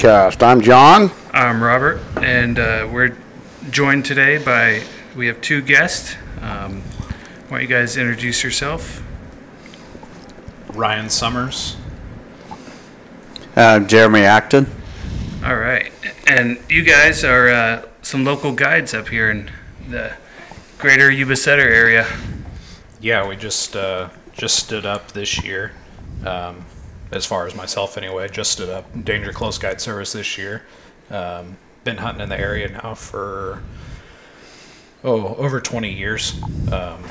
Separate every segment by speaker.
Speaker 1: Cast. uh, I'm John.
Speaker 2: I'm Robert, and uh, we're joined today by we have two guests. Um, why don't you guys introduce yourself?
Speaker 3: Ryan Summers.
Speaker 4: Uh, Jeremy Acton.
Speaker 2: All right, and you guys are uh, some local guides up here in the greater Ubiceta area.
Speaker 3: Yeah, we just uh, just stood up this year. Um, as far as myself, anyway, just stood up Danger Close Guide Service this year. Um, been hunting in the area now for oh over 20 years. Um,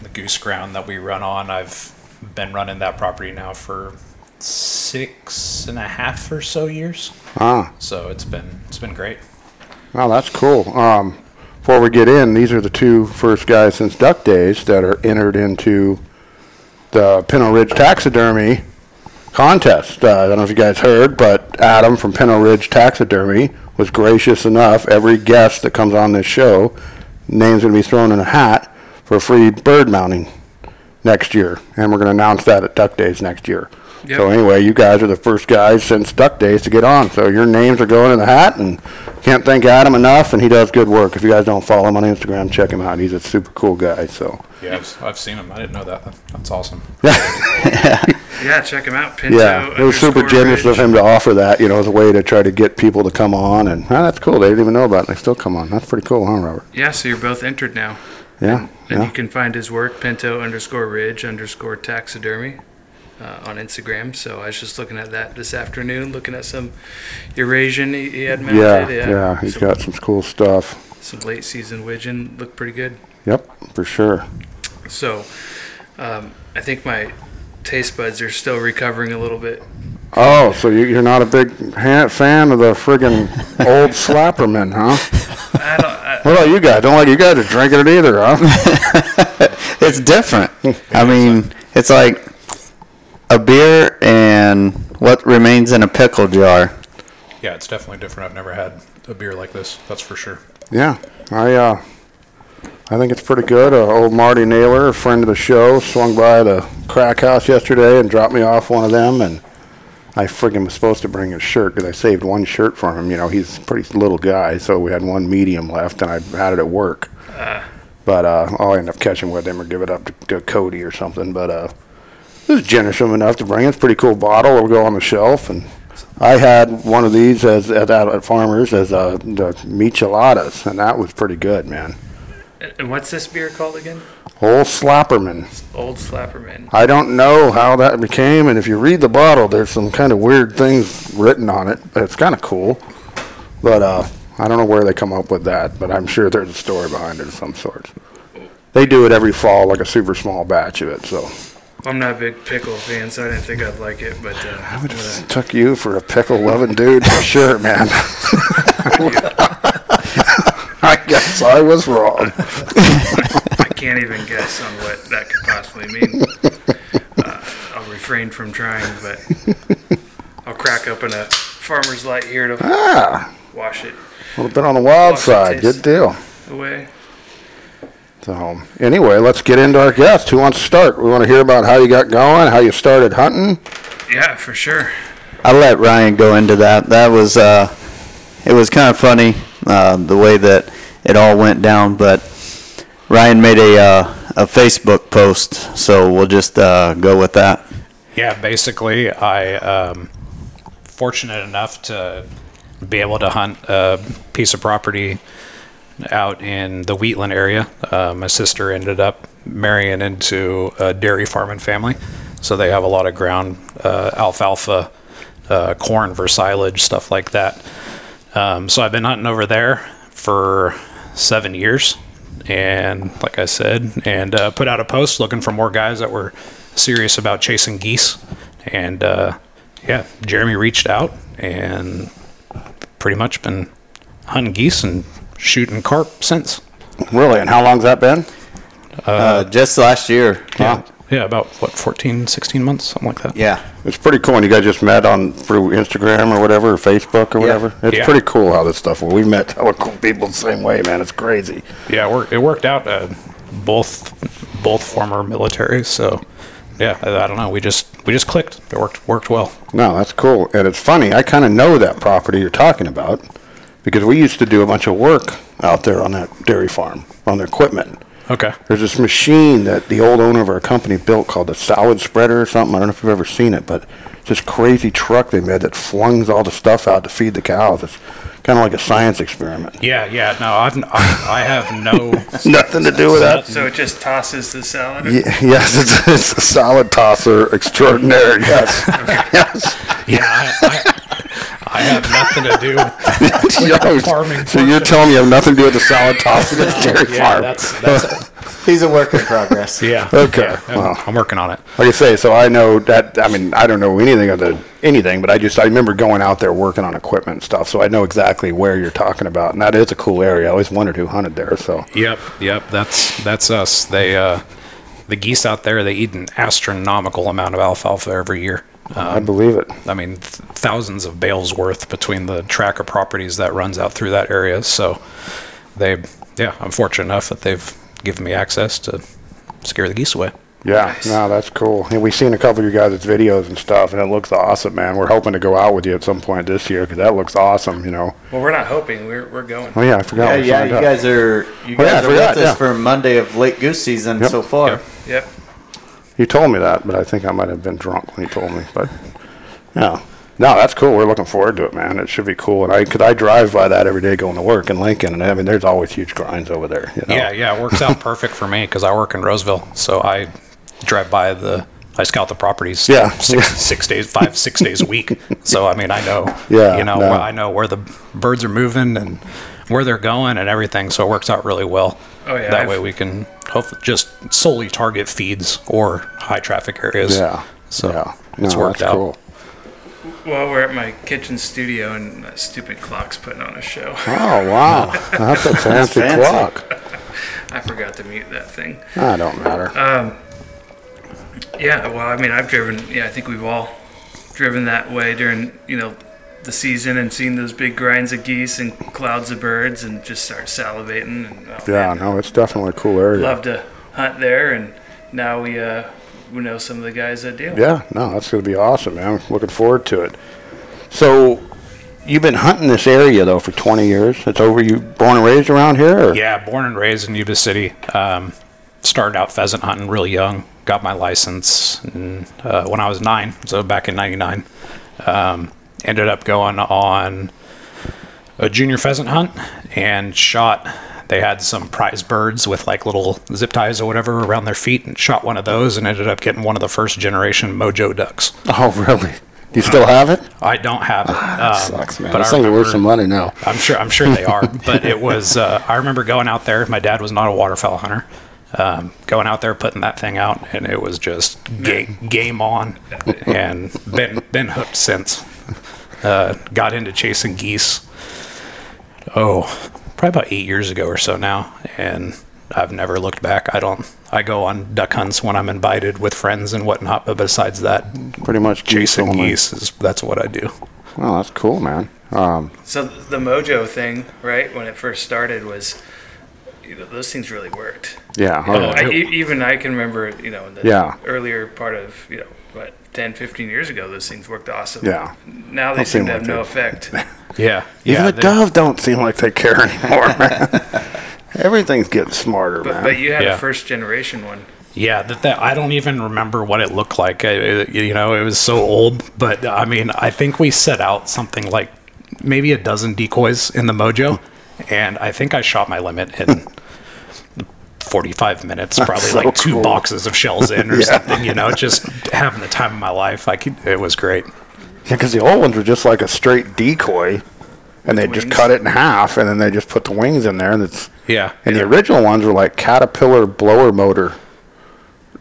Speaker 3: the goose ground that we run on, I've been running that property now for six and a half or so years.
Speaker 1: Ah,
Speaker 3: So it's been it's been great.
Speaker 1: well, that's cool. Um, before we get in, these are the two first guys since Duck Days that are entered into the Pinot Ridge Taxidermy contest. Uh, I don't know if you guys heard, but Adam from Pinot Ridge Taxidermy was gracious enough. Every guest that comes on this show, name's going to be thrown in a hat for free bird mounting next year, and we're going to announce that at Duck Days next year.
Speaker 2: Yep.
Speaker 1: So anyway, you guys are the first guys since Duck Days to get on. So your names are going in the hat, and can't thank Adam enough, and he does good work. If you guys don't follow him on Instagram, check him out. He's a super cool guy. So
Speaker 3: Yeah, I've, I've seen them. I didn't know that. That's awesome.
Speaker 2: Yeah, check them out. Pinto
Speaker 1: yeah, it was super
Speaker 2: underscore
Speaker 1: generous
Speaker 2: Ridge.
Speaker 1: of him to offer that, you know, as a way to try to get people to come on. And ah, that's cool. They didn't even know about it. They still come on. That's pretty cool, huh, Robert?
Speaker 2: Yeah, so you're both entered now,
Speaker 1: Yeah,
Speaker 2: and
Speaker 1: yeah.
Speaker 2: you can find his work Pinto underscore Ridge underscore Taxidermy. Uh, on Instagram, so I was just looking at that this afternoon, looking at some Eurasian he, he had mounted.
Speaker 1: Yeah, yeah, he's
Speaker 2: some-
Speaker 1: got some cool stuff.
Speaker 2: some late season widgeon looked pretty good.
Speaker 1: Yep, for sure.
Speaker 2: So um, I think my taste buds are still recovering a little bit.
Speaker 1: Oh, so you, you're not a big ha- fan of the friggin' old slapperman, huh?
Speaker 2: I don't, I,
Speaker 1: What about you guys? Don't like you guys are drinking it either, huh?
Speaker 4: It's different. I mean, it's like a beer and what remains in a pickle jar.
Speaker 3: Yeah, it's definitely different. I've never had a beer like this. That's for sure.
Speaker 1: yeah, I uh, I think it's pretty good. Uh, old Marty Naylor, a friend of the show, swung by the crack house yesterday and dropped me off one of them, and I friggin' was supposed to bring his shirt because I saved one shirt for him. You know, he's a pretty little guy, so we had one medium left, and I had it at work. But uh, I'll end up catching with him or give it up to, to Cody or something. But uh, this is generous of him enough to bring. It's a pretty cool bottle. It'll go on the shelf. And I had one of these as at, out at Farmers as uh, the micheladas, and that was pretty good, man.
Speaker 2: and what's this beer called again?
Speaker 1: Old Slapperman.
Speaker 2: Old Slapperman.
Speaker 1: I don't know how that became, and if you read the bottle, there's some kind of weird things written on it. It's kind of cool, but uh, I don't know where they come up with that. But I'm sure there's a story behind it of some sort. They do it every fall, like a super small batch of it. So
Speaker 2: I'm not a big pickle fan, so I didn't think I'd like it, but uh, I'm gonna-
Speaker 1: Took you for a pickle loving dude for sure, man. I guess I was wrong.
Speaker 2: I can't even guess on what that could possibly mean. Uh, I'll refrain from trying, but I'll crack open a farmer's light here to
Speaker 1: Ah,
Speaker 2: wash it
Speaker 1: a little bit on the wild side. Good deal.
Speaker 2: away.
Speaker 1: So, anyway, let's get into our guest. Who wants to start? We want to hear about how you got going, how you started hunting.
Speaker 2: Yeah, for sure.
Speaker 4: I let Ryan go into that. That was uh, it was kind of funny uh, the way that it all went down. But Ryan made a uh, a Facebook post, so we'll just uh, go with that.
Speaker 3: Yeah, basically, I um, fortunate enough to be able to hunt a piece of property out in the Wheatland area. Uh, my sister ended up marrying into a dairy farming family, so they have a lot of ground uh, alfalfa, uh, corn for silage, stuff like that. Um, so I've been hunting over there for seven years, and like I said, and uh, put out a post looking for more guys that were serious about chasing geese, and uh, yeah, Jeremy reached out and pretty much been hunting geese and shooting carp since.
Speaker 1: Really? And how long's that been?
Speaker 4: Uh, just last year.
Speaker 1: Yeah.
Speaker 3: Yeah, about what 14, 16 months, something like that.
Speaker 4: Yeah.
Speaker 1: It's pretty cool. And you guys just met on through Instagram or whatever, or Facebook or whatever. It's
Speaker 3: Yeah.
Speaker 1: pretty cool how this stuff. Well, we've met hella cool people the same way, man. It's crazy.
Speaker 3: yeah, it worked, it worked out. Uh, both both former military, so yeah, I, I don't know. We just we just clicked. It worked worked well.
Speaker 1: No, that's cool. And it's funny, I kind of know that property you're talking about because we used to do a bunch of work out there on that dairy farm, on their equipment.
Speaker 3: Okay.
Speaker 1: There's this machine that the old owner of our company built called the salad spreader or something. I don't know if you've ever seen it, but it's this crazy truck they made that flings all the stuff out to feed the cows. It's kind of like a science experiment.
Speaker 3: Yeah, yeah. No, I've n- I, I have no.
Speaker 1: Nothing to do with that.
Speaker 2: So it just tosses the salad.
Speaker 1: Ye- Yes, it's, it's a salad tosser extraordinaire. Yes. yes.
Speaker 3: Yeah, I, I, I have nothing to do with farming
Speaker 1: so you're
Speaker 3: function.
Speaker 1: telling me you have nothing to do with the salad tosser at the dairy
Speaker 3: Yeah,
Speaker 1: farm?
Speaker 3: that's that's
Speaker 5: He's a work in progress.
Speaker 3: yeah.
Speaker 1: Okay,
Speaker 3: yeah, I'm-
Speaker 1: wow.
Speaker 3: I'm working on it.
Speaker 1: Like I say, so I know that. I mean, I don't know anything of the anything, but I just I remember going out there working on equipment and stuff, so I know exactly where you're talking about, and that is a cool area. I always wondered who hunted there. So
Speaker 3: Yep, yep. That's that's us. They uh, the geese out there they eat an astronomical amount of alfalfa every year.
Speaker 1: I believe it.
Speaker 3: I mean, th- thousands of bales worth between the track of properties that runs out through that area. So they, yeah, I'm fortunate enough that they've given me access to scare the geese away.
Speaker 1: Yeah,
Speaker 2: Nice.
Speaker 1: no, that's cool. And we've seen a couple of you guys' videos and stuff, and it looks awesome, man. We're hoping to go out with you at some point this year because that looks awesome. You know.
Speaker 2: Well, we're not hoping. We're we're going.
Speaker 1: Oh yeah, I forgot.
Speaker 5: Yeah,
Speaker 1: we
Speaker 5: yeah,
Speaker 1: signed
Speaker 5: you
Speaker 1: up.
Speaker 5: guys are you
Speaker 1: Oh, yeah, I
Speaker 5: guys are
Speaker 1: forgot,
Speaker 5: with us
Speaker 1: yeah.
Speaker 5: for Monday of late goose season
Speaker 1: Yep.
Speaker 5: so far.
Speaker 3: Yep.
Speaker 2: Yep.
Speaker 1: You told me that, but I think I might have been drunk when you told me. But no, no, that's cool. We're looking forward to it, man. It should be cool. And I, cause I drive by that every day going to work in Lincoln, and I mean, there's always huge grinds over there. You know?
Speaker 3: Yeah, yeah, it works out perfect for me because I work in Roseville, so I drive by the. I scout the properties.
Speaker 1: Yeah.
Speaker 3: six, six days, five, six days a week. So I mean, I know.
Speaker 1: Yeah,
Speaker 3: you know,
Speaker 1: no.
Speaker 3: I know where the birds are moving and where they're going and everything. So it works out really well.
Speaker 2: Oh, yeah,
Speaker 3: That
Speaker 2: I've-
Speaker 3: way we can hopefully just solely target feeds or high traffic areas.
Speaker 1: yeah.
Speaker 3: So
Speaker 1: yeah.
Speaker 3: it's
Speaker 1: No,
Speaker 3: worked
Speaker 1: that's
Speaker 3: out.
Speaker 1: Cool.
Speaker 2: Well, we're at my kitchen studio, and that stupid clock's putting on a show.
Speaker 1: Oh wow, that's a fancy,
Speaker 5: fancy.
Speaker 1: clock.
Speaker 2: I forgot to mute that thing.
Speaker 1: I don't matter.
Speaker 3: Uh,
Speaker 2: Yeah, well, I mean, I've driven. Yeah, I think we've all driven that way during you know the season and seen those big grinds of geese and clouds of birds and just start salivating. And oh,
Speaker 1: yeah,
Speaker 2: man,
Speaker 1: no, it's definitely a cool area.
Speaker 2: love to hunt there, and now we uh we know some of the guys that do.
Speaker 1: Yeah, no, that's going to be awesome, man. I'm looking forward to it. So, you've been hunting this area though for 20 years. It's over. You born and raised around here? Or?
Speaker 3: Yeah, born and raised in Yuba City. Um, started out pheasant hunting really young. Got my license in, uh, when I was nine, so back in '99. Um, ended up going on a junior pheasant hunt and shot. They had some prize birds with like little zip ties or whatever around their feet, and shot one of those, and ended up getting one of the first generation mojo ducks.
Speaker 1: Oh, really? Do you still have it?
Speaker 3: I don't have it, um,
Speaker 1: Ah, Sucks, man.
Speaker 3: but
Speaker 1: Those
Speaker 3: I
Speaker 1: things are worth
Speaker 3: remember-
Speaker 1: some money now.
Speaker 3: I'm sure. I'm sure they are. But it was. Uh, I remember going out there. My dad was not a waterfowl hunter. Um, going out there, putting that thing out, and it was just ga- game on, and been been hooked since. Uh, got into chasing geese. Oh, probably about eight years ago or so now, and I've never looked back. I don't. I go on duck hunts when I'm invited with friends and whatnot. But besides that,
Speaker 1: Pretty much
Speaker 3: chasing
Speaker 1: only.
Speaker 3: geese is that's what I do.
Speaker 1: Oh, that's cool, man. Um,
Speaker 2: So the mojo thing, right when it first started, was you know those things really worked.
Speaker 1: yeah. all
Speaker 2: Oh,
Speaker 1: right.
Speaker 2: I, e- even I can remember, you know, in the
Speaker 1: Yeah.
Speaker 2: earlier part of, you know, what, 10, 15 years ago, those things worked awesome.
Speaker 1: Yeah.
Speaker 2: Now they
Speaker 1: Don't
Speaker 2: seem
Speaker 1: seem
Speaker 2: to have
Speaker 1: like
Speaker 2: no
Speaker 1: it.
Speaker 2: effect.
Speaker 3: Yeah,
Speaker 1: Even
Speaker 3: yeah.
Speaker 1: the
Speaker 3: they-
Speaker 1: dove don't seem like they care anymore, man. Everything's getting smarter,
Speaker 2: But,
Speaker 1: man.
Speaker 2: but you had
Speaker 3: Yeah.
Speaker 2: a first generation one.
Speaker 3: Yeah, that, that I don't even remember what it looked like. I- I- you know, it was so old. But I mean, I think we set out something like maybe a dozen decoys in the Mojo, and I think I shot my limit in 45 minutes, probably
Speaker 1: so
Speaker 3: like two
Speaker 1: cool.
Speaker 3: boxes of shells in or something. You know, just having the time of my life. I could, it was great.
Speaker 1: Yeah, because the old ones were just like a straight decoy, and they just
Speaker 2: Wings.
Speaker 1: cut it in half, and then they just put the wings in there, and it's
Speaker 3: Yeah,
Speaker 1: And the original ones were like caterpillar blower motor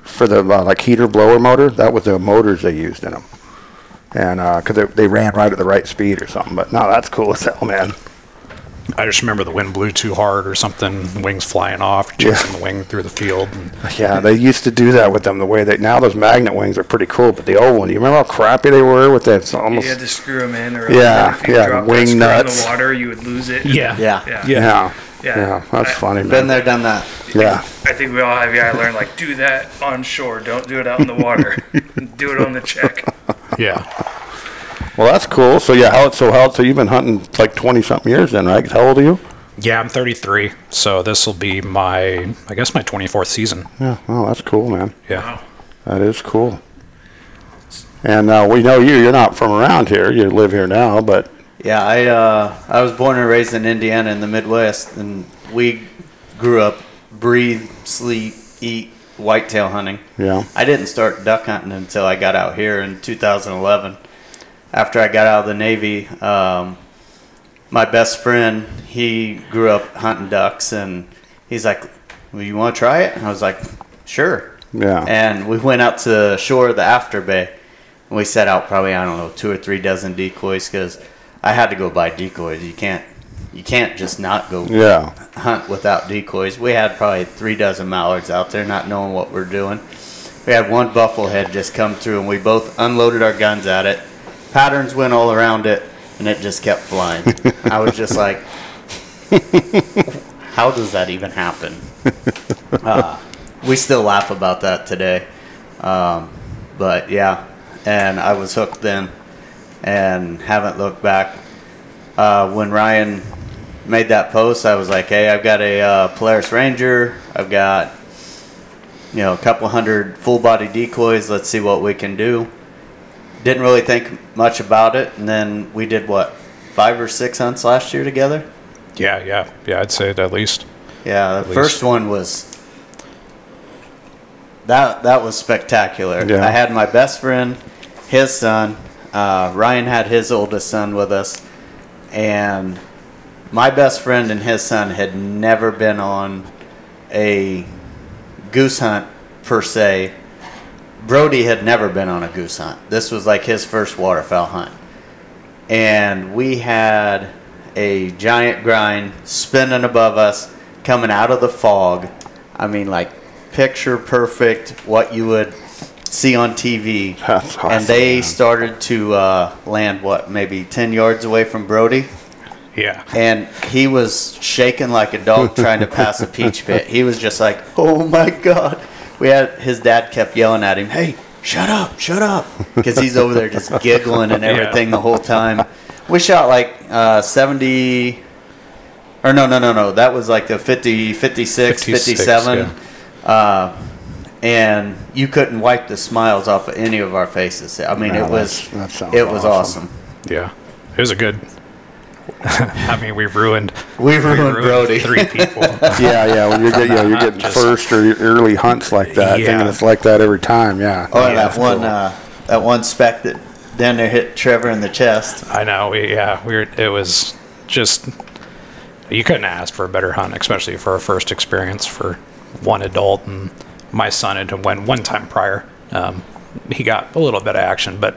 Speaker 1: for the uh, like heater blower motor. That was the motors they used in them, and because they, they ran right at the right speed or something. But no, that's cool as hell, man.
Speaker 3: I just remember the wind blew too hard or something, wings flying off, chasing the wing through the field. And,
Speaker 1: Yeah, they used to do that with them. The way that now those magnet wings are pretty cool, but the old one, you remember how crappy they were with that? It's
Speaker 2: You
Speaker 1: almost
Speaker 2: had to screw them in, or
Speaker 1: Yeah,
Speaker 2: if you
Speaker 1: yeah,
Speaker 2: dropped that
Speaker 1: wing
Speaker 2: screw
Speaker 1: nuts.
Speaker 2: in the water, you would lose it.
Speaker 3: yeah,
Speaker 5: Yeah.
Speaker 2: yeah,
Speaker 3: yeah.
Speaker 1: yeah.
Speaker 2: Yeah,
Speaker 1: Yeah, that's
Speaker 2: I-
Speaker 1: funny,
Speaker 5: Been
Speaker 1: man.
Speaker 5: there, done that.
Speaker 1: Yeah,
Speaker 2: I think we all have. Yeah, I learned like do that on shore. Don't do it out in the water. do it on the check.
Speaker 3: Yeah.
Speaker 1: well, that's cool. So yeah, how so how so you've been hunting like twenty something years then, right? 'Cause How old are you?
Speaker 3: Yeah, I'm 33, so this will be my, I guess, my 24th season.
Speaker 1: Yeah, well, Oh, that's cool, man.
Speaker 3: Yeah.
Speaker 2: Wow.
Speaker 1: That is cool. And uh, we know you. You're not from around here. You live here now, but
Speaker 5: Yeah, I uh, I was born and raised in Indiana in the Midwest, and we grew up, breathe, sleep, eat whitetail hunting.
Speaker 1: yeah,
Speaker 5: I didn't start duck hunting until I got out here in 2011. After I got out of the Navy, um, my best friend he grew up hunting ducks, and he's like, well, "You want to try it?" And I was like, "Sure."
Speaker 1: Yeah.
Speaker 5: And we went out to the shore of the after bay, and we set out probably I don't know two or three dozen decoys because I had to go buy decoys. You can't you can't just not go
Speaker 1: yeah,
Speaker 5: hunt without decoys. We had probably three dozen mallards out there, not knowing what we're doing. We had one bufflehead just come through, and we both unloaded our guns at it. Patterns went all around it, and it just kept flying. I was just like, "How does that even happen?" Uh, we still laugh about that today, um, but yeah. And I was hooked then, and haven't looked back uh, when Ryan made that post, I was like, "Hey, I've got a uh, Polaris Ranger. I've got you know a couple hundred full body decoys. Let's see what we can do." Didn't really think much about it, and then we did what five or six hunts last year together.
Speaker 3: Yeah, yeah, yeah, I'd say it at least.
Speaker 5: Yeah, the
Speaker 3: least.
Speaker 5: first one was that that was spectacular.
Speaker 1: Yeah.
Speaker 5: I had my best friend, his son. Uh, Ryan had his oldest son with us, and my best friend and his son had never been on a goose hunt per se. Brody had never been on a goose hunt. This was like his first waterfowl hunt and we had a giant grind spinning above us coming out of the fog. I mean, like picture perfect, what you would see on TV.
Speaker 1: That's awesome,
Speaker 5: and they
Speaker 1: man.
Speaker 5: started to uh, land, what, maybe 10 yards away from Brody?
Speaker 3: Yeah.
Speaker 5: and he was shaking like a dog trying to pass a peach pit. He was just like, "Oh my god!" We had his dad kept yelling at him, "Hey, shut up, shut up," because he's over there just giggling and everything the whole time. We shot like uh, seventy, or no, no, no, no. That was like the 50, 56,
Speaker 3: 56,
Speaker 5: 57. Uh, and you couldn't wipe the smiles off of any of our faces. I mean,
Speaker 1: Wow,
Speaker 5: it was
Speaker 1: that's- that sounds
Speaker 5: it was
Speaker 1: awesome.
Speaker 5: awesome.
Speaker 3: Yeah. It was a good. I mean, we ruined.
Speaker 5: We ruined Brody.
Speaker 3: Three people.
Speaker 1: yeah, yeah. When you're get, yeah, you're getting
Speaker 3: Just-
Speaker 1: first or your early hunts like that,
Speaker 3: Yeah.
Speaker 1: thinking it's like that every time. Yeah.
Speaker 5: Oh,
Speaker 1: Yeah,
Speaker 5: that
Speaker 1: that's
Speaker 5: one,
Speaker 1: cool.
Speaker 5: uh, that one spec that down there hit Trevor in the chest.
Speaker 3: I know. We, yeah, we were, it was just you couldn't ask for a better hunt, especially for a first experience for one adult. And my son had went one time prior. Um, he got a little bit of action, but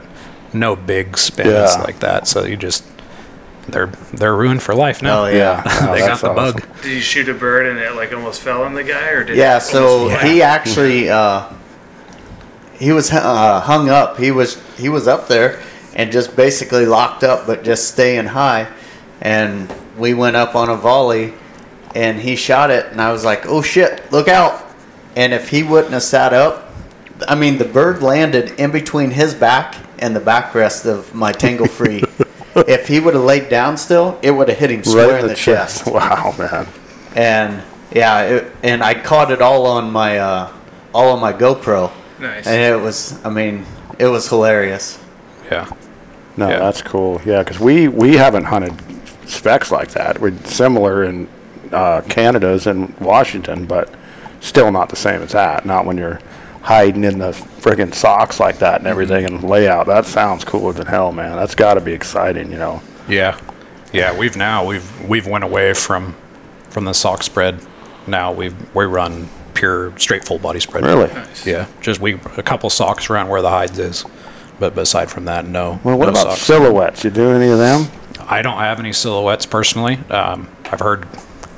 Speaker 3: no big spins
Speaker 1: Yeah.
Speaker 3: like that. So you just they're they're ruined for life now.
Speaker 5: Oh
Speaker 1: yeah.
Speaker 5: yeah,
Speaker 1: Oh,
Speaker 3: they
Speaker 1: that's
Speaker 3: got the
Speaker 1: awesome.
Speaker 3: bug.
Speaker 2: Did you shoot a bird and it like almost fell on the guy, or did
Speaker 5: yeah.
Speaker 2: It
Speaker 5: So
Speaker 2: almost fly?
Speaker 5: he actually uh, he was uh, hung up. He was he was up there and just basically locked up, but just staying high. And we went up on a volley, and he shot it, and I was like, "Oh shit, look out!" And if he wouldn't have sat up, I mean, the bird landed in between his back and the backrest of my Tangle Free. if he would have laid down still, it would have hit him square
Speaker 1: right
Speaker 5: in the, chest
Speaker 1: Wow, man.
Speaker 5: and yeah, it, and I caught it all on my uh, all on my GoPro.
Speaker 2: Nice.
Speaker 5: And it was, I mean, it was hilarious.
Speaker 3: Yeah,
Speaker 1: No,
Speaker 3: Yeah.
Speaker 1: that's cool. Yeah, because we we haven't hunted specs like that. We're similar in uh, Canada's and Washington, but still not the same as that. Not when you're hiding in the friggin' socks like that and everything and layout. That sounds cooler than hell, man. That's got to be exciting, you know.
Speaker 3: yeah, yeah. We've now we've we've went away from from the sock spread. Now we we run pure straight full body spread.
Speaker 1: Really.
Speaker 2: Nice.
Speaker 3: Yeah, just we a couple socks around where the hides is, but aside from that, no.
Speaker 1: Well, what
Speaker 3: no
Speaker 1: about
Speaker 3: socks.
Speaker 1: silhouettes? You do any of them?
Speaker 3: I don't have any silhouettes personally. Um, I've heard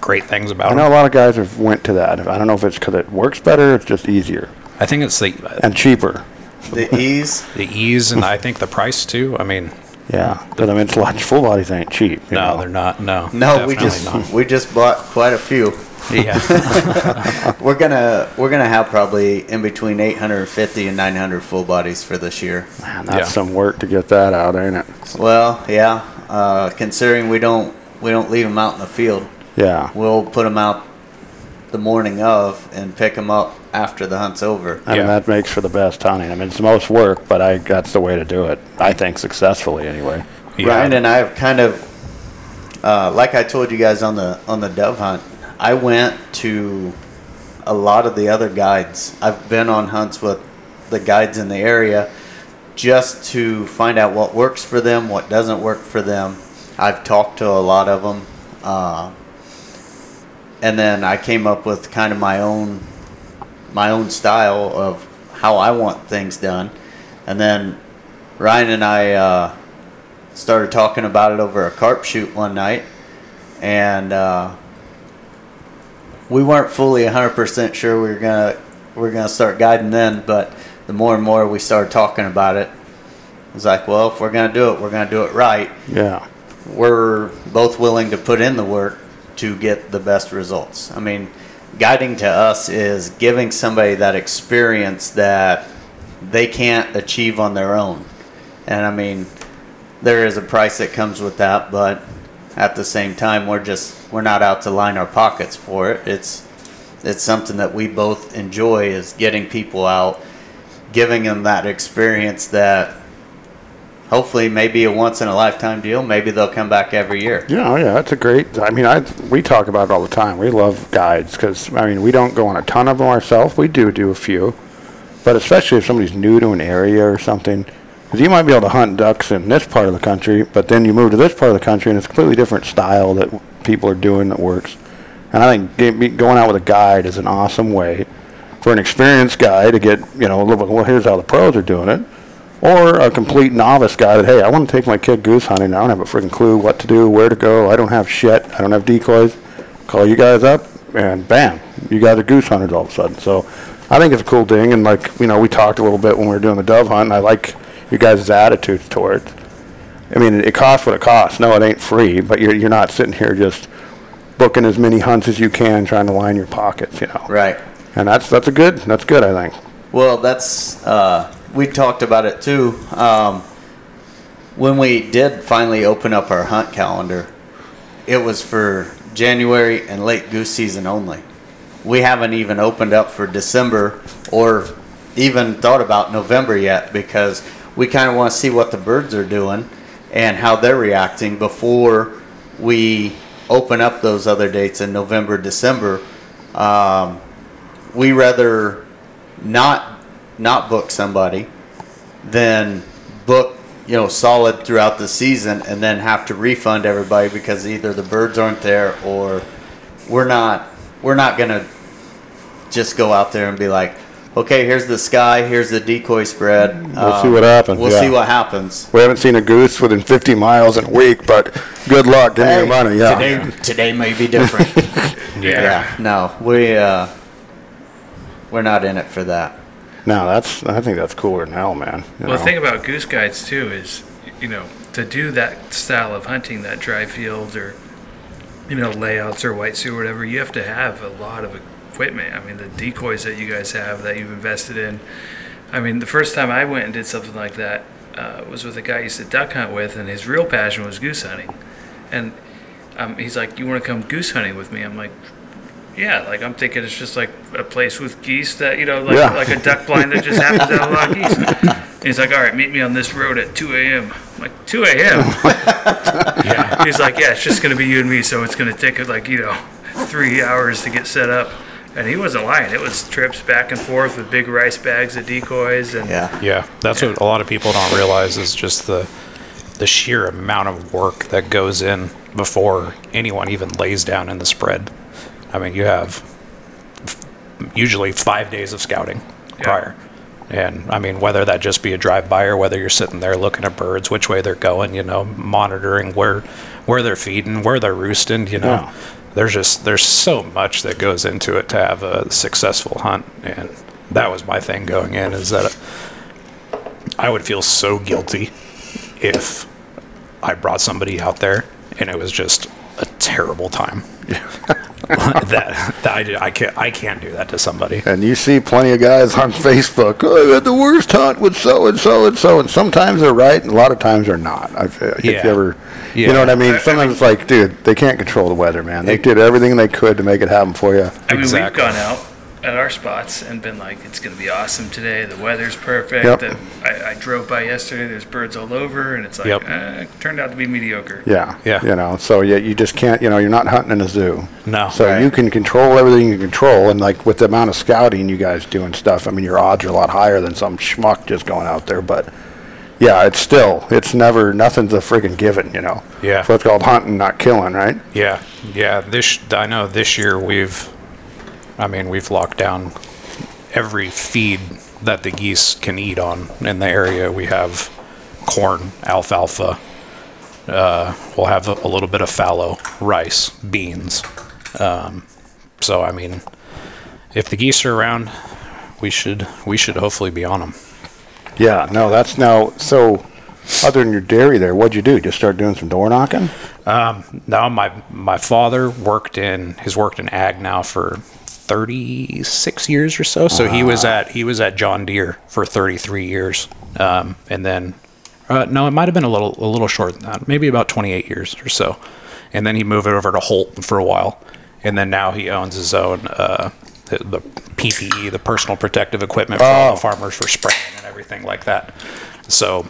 Speaker 3: great things about
Speaker 1: I
Speaker 3: them.
Speaker 1: know a lot of guys have went to that. I don't know if it's because it works better, it's just easier
Speaker 3: I think it's the
Speaker 1: and cheaper.
Speaker 5: The ease,
Speaker 3: the ease and I think the price too. I mean,
Speaker 1: Yeah, because I mean, it's lodge full bodies ain't cheap. you
Speaker 3: No,
Speaker 1: know.
Speaker 3: they're not. No.
Speaker 5: No,
Speaker 3: definitely
Speaker 5: we just
Speaker 3: not.
Speaker 5: we just bought quite a few.
Speaker 3: yeah.
Speaker 5: We're gonna we're gonna have probably in between 850 and 900 full bodies for this year.
Speaker 1: Man, that's
Speaker 3: Yeah.
Speaker 1: some work to get that out, ain't it?
Speaker 5: Well, yeah. Uh, considering we don't we don't leave them out in the field,
Speaker 1: Yeah.
Speaker 5: we'll put them out the morning of and pick them up after the hunt's over.
Speaker 1: I mean,
Speaker 3: Yeah.
Speaker 1: that makes for the best hunting. I mean, it's the most work, but I that's the way to do it. I think successfully, anyway.
Speaker 3: Yeah.
Speaker 5: Ryan and I have kind of, uh, like I told you guys on the on the dove hunt, I went to a lot of the other guides. I've been on hunts with the guides in the area just to find out what works for them, what doesn't work for them. I've talked to a lot of them, uh, and then I came up with kind of my own my own style of how I want things done, and then Ryan and I. Uh, started talking about it over a carp shoot one night, and uh, we weren't fully 100% sure we were gonna we were gonna start guiding then. But the more and more we started talking about it, it was like, well, if we're gonna do it, we're gonna do it right.
Speaker 1: Yeah.
Speaker 5: We're both willing to put in the work to get the best results. I mean, guiding to us is giving somebody that experience that they can't achieve on their own. And I mean, there is a price that comes with that, but at the same time, we're just we're not out to line our pockets for it. It's it's something that we both enjoy is getting people out, giving them that experience that hopefully maybe a once in a lifetime deal. Maybe they'll come back every year.
Speaker 1: Yeah, oh, yeah, that's a great. I mean, I we talk about it all the time. We love guides because I mean, we don't go on a ton of them ourselves. We do do a few, but especially if somebody's new to an area or something, 'cause you might be able to hunt ducks in this part of the country, but then you move to this part of the country and it's a completely different style that w- people are doing that works. And I think g- be- going out with a guide is an awesome way for an experienced guy to get you know a little bit. Well, here's how the pros are doing it. Or a complete novice guy that, hey, I want to take my kid goose hunting. I don't have a freaking clue what to do, where to go. I don't have shit. I don't have decoys. Call you guys up, and bam, you guys are goose hunters all of a sudden. So I think it's a cool thing. And like, you know, we talked a little bit when we were doing the dove hunt, and I like your guys' attitudes toward it. I mean, it costs what it costs. No, it ain't free, but you're, you're not sitting here just booking as many hunts as you can, trying to line your pockets, you know.
Speaker 5: Right.
Speaker 1: And that's, that's a good, that's good, I think.
Speaker 5: Well, that's uh, we talked about it too. Um, when we did finally open up our hunt calendar, it was for January and late goose season only. We haven't even opened up for December or even thought about November yet because we kind of want to see what the birds are doing and how they're reacting before we open up those other dates in November, December. Um, we rather not not book somebody than book you know solid throughout the season and then have to refund everybody because either the birds aren't there or we're not we're not gonna just go out there and be like okay here's the sky here's the decoy spread we'll
Speaker 1: see what happens,
Speaker 5: we'll
Speaker 1: yeah.
Speaker 5: see what happens
Speaker 1: We haven't seen a goose within 50 miles in a week, but good luck. Give me your money. Yeah.
Speaker 5: today today may be different yeah no we uh we're not in it for that
Speaker 1: No, that's. I think that's cooler than hell, man. you
Speaker 2: Well,
Speaker 1: know.
Speaker 2: the thing about goose guides too is, you know, to do that style of hunting, that dry field or, you know, layouts or white sea or whatever, you have to have a lot of equipment. I mean, the decoys that you guys have that you've invested in. I mean, the first time I went and did something like that uh, was with a guy I used to duck hunt with, and his real passion was goose hunting. And um, he's like, "You want to come goose hunting with me?" I'm like, "Yeah." Like I'm thinking it's just like a place with geese that you know, like
Speaker 1: Yeah.
Speaker 2: like a duck blind that just happens to have a lot of geese. And he's like, "All right, meet me on this road at 2 a.m." I'm like, "2 a.m."
Speaker 3: yeah.
Speaker 2: He's like, yeah, it's just gonna be you and me, so it's gonna take like you know three hours to get set up. And he wasn't lying. It was trips back and forth with big rice bags of decoys and
Speaker 5: yeah
Speaker 3: Yeah. That's what a lot of people don't realize is just the the sheer amount of work that goes in before anyone even lays down in the spread. I mean, you have f- usually five days of scouting prior. And I mean, whether that just be a drive by or whether you're sitting there looking at birds, which way they're going, you know, monitoring where where they're feeding, where they're roosting, you know,
Speaker 1: Yeah.
Speaker 3: there's just there's so much that goes into it to have a successful hunt. And that was my thing going in is that I would feel so guilty if I brought somebody out there, and it was just a terrible time. that, that I, did- I can't I can't do that to somebody.
Speaker 1: And you see plenty of guys on Facebook. Oh, I had the worst hunt with so and so and so. And sometimes they're right, and a lot of times they're not. I've, if you
Speaker 3: Yeah.
Speaker 1: ever, you
Speaker 3: Yeah.
Speaker 1: know what I mean. Sometimes it's like, dude, they can't control the weather, man. They did everything they could to make it happen for you.
Speaker 2: I mean,
Speaker 3: Exactly.
Speaker 2: we've gone out at our spots and been like, it's going to be awesome today. The weather's perfect.
Speaker 1: Yep.
Speaker 2: The- I, I drove by yesterday. There's birds all over, and it's like,
Speaker 3: Yep.
Speaker 2: eh, it turned out to be mediocre.
Speaker 1: Yeah,
Speaker 3: Yeah.
Speaker 1: You know, so yeah, you just can't. You know, you're not hunting in a zoo.
Speaker 3: No.
Speaker 1: So you can control everything you control, and like with the amount of scouting you guys do and stuff, I mean, your odds are a lot higher than some schmuck just going out there. But yeah, it's still, it's never, nothing's a freaking given, you know.
Speaker 3: Yeah.
Speaker 1: So it's called hunting, not killing, right?
Speaker 3: Yeah, yeah. This I know. This year we've, I mean, we've locked down every feed that the geese can eat on in the area. We have corn, alfalfa. Uh, we'll have a, a little bit of fallow, rice, beans. Um, so I mean, if the geese are around, we should we should hopefully be on them.
Speaker 1: Yeah. No, that's now. So, other than your dairy, there, what'd you do? Just start doing some door knocking?
Speaker 3: Now my my father worked in he's worked in ag now for 36 years or so. So he was at he was at John Deere for 33 years, um, and then uh, no, it might have been a little a little short than that, maybe about 28 years or so, and then he moved over to Holt for a while, and then now he owns his own uh, the, the PPE, the personal protective equipment for all the farmers for spraying and everything like that. So.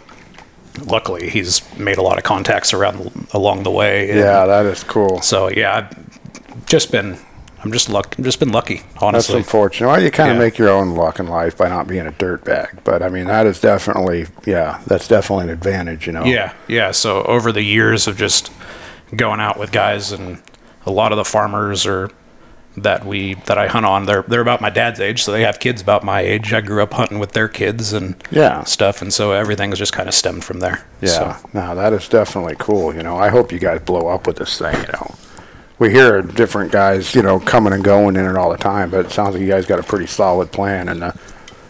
Speaker 3: Luckily, he's made a lot of contacts around along the way. and-
Speaker 1: Yeah, that is cool.
Speaker 3: so yeah, I've just been I'm just luck just been lucky,
Speaker 1: That's
Speaker 3: honestly.
Speaker 1: unfortunate. Well, you kind of
Speaker 3: Yeah.
Speaker 1: make your own luck in life by not being a dirtbag, but I mean that is definitely, yeah, that's definitely an advantage, you know.
Speaker 3: yeah, yeah. So over the years of just going out with guys and a lot of the farmers are that we that I hunt on, they're they're about my dad's age, so they have kids about my age. I grew up hunting with their kids and
Speaker 1: Yeah.
Speaker 3: stuff and so everything's just kinda stemmed from there.
Speaker 1: Yeah.
Speaker 3: So,
Speaker 1: No, that is definitely cool. You know, I hope you guys blow up with this thing. You know, we hear different guys, you know, coming and going in it all the time, but it sounds like you guys got a pretty solid plan. And the,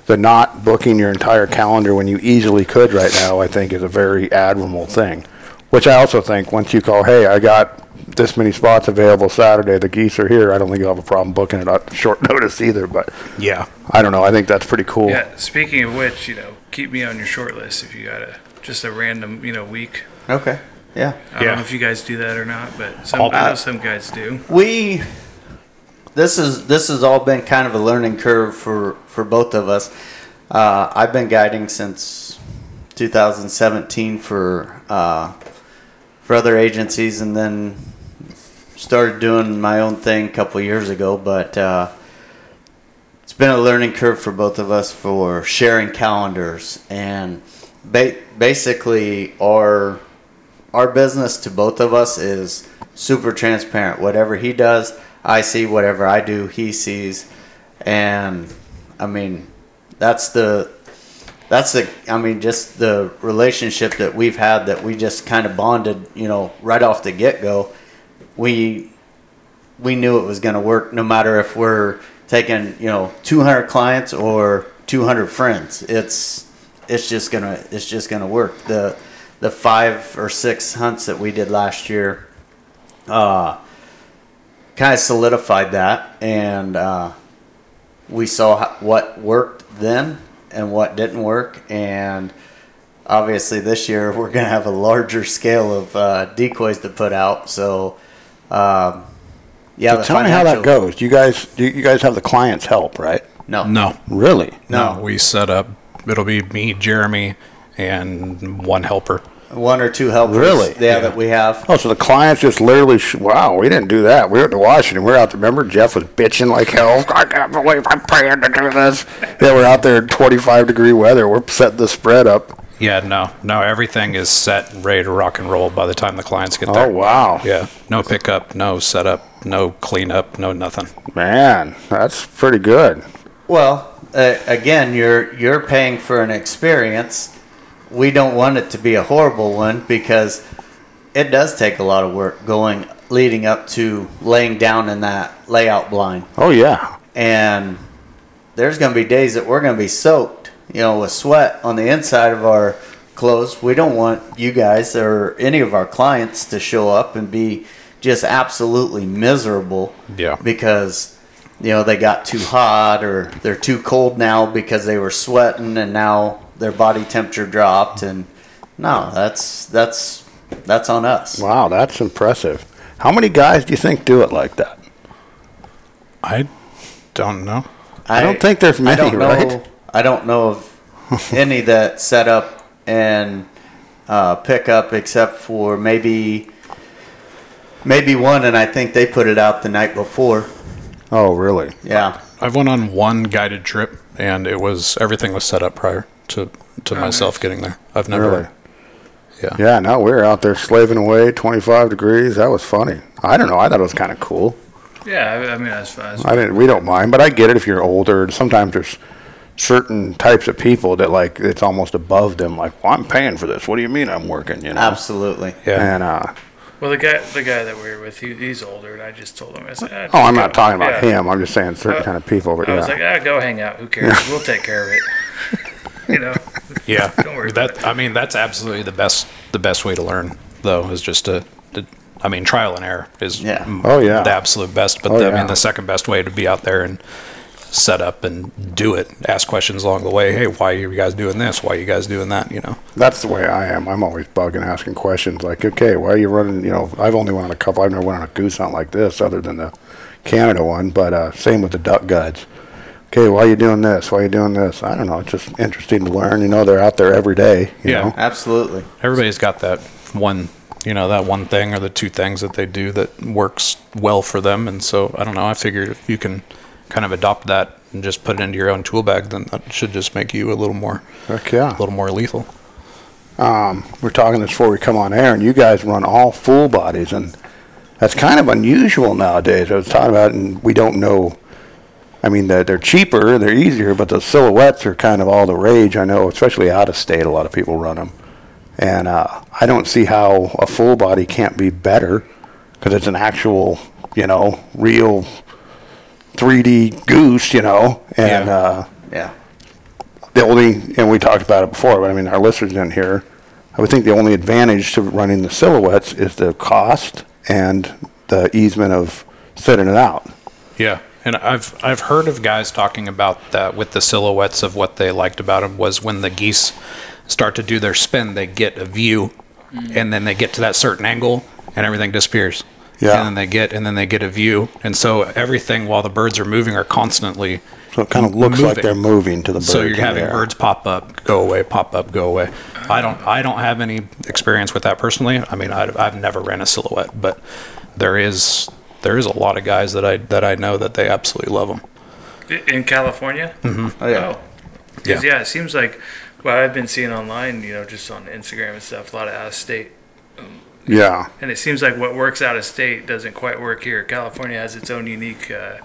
Speaker 1: the not booking your entire calendar when you easily could right now, I think, is a very admirable thing. Which I also think once you call, hey, I got this many spots available Saturday, the geese are here, I don't think you'll have a problem booking it on short notice either. But
Speaker 3: yeah.
Speaker 1: I don't know. I think that's pretty cool.
Speaker 2: Yeah. Speaking of which, you know, keep me on your short list if you got a just a random, you know, week.
Speaker 5: Okay. Yeah.
Speaker 2: I don't
Speaker 3: Yeah.
Speaker 2: know if you guys do that or not, but some,
Speaker 3: I'll-
Speaker 2: I know some guys do.
Speaker 5: we this is this has all been kind of a learning curve for for both of us uh, i've been guiding since 2017 for uh, for other agencies and then started doing my own thing a couple years ago but uh, it's been a learning curve for both of us for sharing calendars and ba- basically our our business to both of us is super transparent. Whatever he does, I see. Whatever I do, he sees. And I mean, that's the that's the I mean, just the relationship that we've had that we just kind of bonded, you know, right off the get go. We we knew it was going to work, no matter if we're taking you know 200 clients or 200 friends. It's it's just gonna it's just gonna work. The the five or six hunts that we did last year, uh, kind of solidified that, and uh, we saw ho- what worked then and what didn't work, and obviously this year we're gonna have a larger scale of uh, decoys to put out. So, um, yeah,
Speaker 1: So
Speaker 5: the
Speaker 1: tell me how that
Speaker 5: financial-
Speaker 1: goes. You guys, you, you guys have the clients help, right?
Speaker 5: No,
Speaker 3: No.
Speaker 1: Really?
Speaker 5: No.
Speaker 3: No, we set up it'll be me, Jeremy, and one helper.
Speaker 5: one or two helpers.
Speaker 1: Really?
Speaker 5: yeah, that we have.
Speaker 1: Oh, so the clients just literally, sh- wow, we didn't do that. We went to Washington. We are out there. Remember, Jeff was bitching like hell. I can't believe I'm paying to do this. Yeah, we're out there in 25 degree weather. We're setting the spread up.
Speaker 3: Yeah, no, no. Everything is set, and ready to rock and roll by the time the clients get there.
Speaker 1: Oh, wow.
Speaker 3: Yeah, no pickup, no setup, no cleanup, no nothing.
Speaker 1: Man, that's pretty good.
Speaker 5: Well, uh, again, you're you're paying for an experience. We don't want it to be a horrible one because it does take a lot of work going leading up to laying down in that layout blind.
Speaker 1: Oh, yeah.
Speaker 5: and there's going to be days that we're going to be soaked, you know, with sweat on the inside of our closed. We don't want you guys or any of our clients to show up and be just absolutely miserable.
Speaker 3: Yeah.
Speaker 5: Because you know they got too hot or they're too cold now because they were sweating and now their body temperature dropped and no, that's that's that's on us.
Speaker 1: Wow, that's impressive. How many guys do you think do it like that?
Speaker 3: I don't know.
Speaker 1: I don't think there's
Speaker 5: I
Speaker 1: many,
Speaker 5: don't know.
Speaker 1: right?
Speaker 5: I don't know of any that set up and uh, pick up, except for maybe maybe one, and I think they put it out the night before.
Speaker 1: Oh, really?
Speaker 5: Yeah,
Speaker 3: I've went on one guided trip, and it was everything was set up prior to to myself getting there. I've never.
Speaker 1: Really?
Speaker 3: Yeah.
Speaker 1: Yeah, now we're out there slaving away, 25 degrees. That was funny. I don't know. I thought it was kind of cool.
Speaker 2: Yeah, I, I mean that's fine.
Speaker 1: I didn't. We don't mind, but I get it if you're older. And sometimes there's certain types of people that like it's almost above them. Like, well, I'm paying for this. What do you mean I'm working? You know.
Speaker 5: absolutely.
Speaker 3: Yeah.
Speaker 1: And uh,
Speaker 2: Well, the guy the guy that we were with, he, he's older, and I just told him, I said, "Ah,
Speaker 1: oh, I'm
Speaker 2: go."
Speaker 1: not talking about
Speaker 2: Yeah.
Speaker 1: him. I'm just saying certain
Speaker 2: Uh,
Speaker 1: kind of people. But
Speaker 2: I
Speaker 1: yeah.
Speaker 2: was like, ah, go hang out. Who cares? We'll take care of it. you know.
Speaker 3: Yeah.
Speaker 2: Don't worry about
Speaker 3: That I mean, that's absolutely the best the best way to learn though is just to, to I mean, trial and error is
Speaker 5: Yeah.
Speaker 3: m-
Speaker 1: Oh, yeah.
Speaker 3: the absolute best. But
Speaker 1: Oh,
Speaker 3: the, I
Speaker 1: yeah.
Speaker 3: mean, the second best way to be out there and set up and do it. Ask questions along the way. Hey, why are you guys doing this? Why are you guys doing that? You know.
Speaker 1: That's the way I am. I'm always bugging, asking questions like, okay, why are you running? You know, I've only went on a couple. I've never went on a goose hunt like this other than the Canada one, but uh, same with the duck guides. Okay, why are you doing this? Why are you doing this? I don't know. It's just interesting to learn. You know, they're out there every day. You
Speaker 3: Yeah.
Speaker 1: Know?
Speaker 5: Absolutely.
Speaker 3: Everybody's got that one. You know that one thing or the two things that they do that works well for them, and so I don't know. I figured if you can kind of adopt that and just put it into your own tool bag, then that should just make you a little more,
Speaker 1: Heck yeah.
Speaker 3: a little more lethal.
Speaker 1: we're talking this before we come on air, and you guys run all full bodies, and that's kind of unusual nowadays. I was talking about, and we don't know. I mean, they're, they're cheaper, they're easier, but the silhouettes are kind of all the rage. I know, especially out of state, a lot of people run them, and uh, I don't see how a full body can't be better because it's an actual, you know, real 3D goose, you know, and.
Speaker 3: Yeah.
Speaker 1: Uh,
Speaker 5: Yeah.
Speaker 1: the only, and we talked about it before, but I mean, our listeners didn't hear. I would think the only advantage to running the silhouettes is the cost and the easement of setting it out.
Speaker 3: Yeah, and I've I've heard of guys talking about that with the silhouettes of what they liked about them was when the geese start to do their spin, they get a view, and then they get to that certain angle, and everything disappears.
Speaker 1: Yeah.
Speaker 3: and then they get and then they get a view, and so everything while the birds are moving are constantly.
Speaker 1: So it kind of looks like
Speaker 3: Moving.
Speaker 1: they're moving to the birds.
Speaker 3: So you're
Speaker 1: in the
Speaker 3: having
Speaker 1: air.
Speaker 3: birds pop up, go away, pop up, go away. I don't I don't have any experience with that personally. I mean, I've, I've never ran a silhouette, but there is there is a lot of guys that I that I know that they absolutely love them.
Speaker 2: I- In California? Mm-hmm.
Speaker 5: Oh, yeah.
Speaker 2: Oh. 'Cause, yeah. it seems like what I've been seeing online, you know, just on Instagram and stuff, a lot of out of state.
Speaker 1: Yeah.
Speaker 2: And it seems like what works out of state doesn't quite work here. California has its own unique, uh,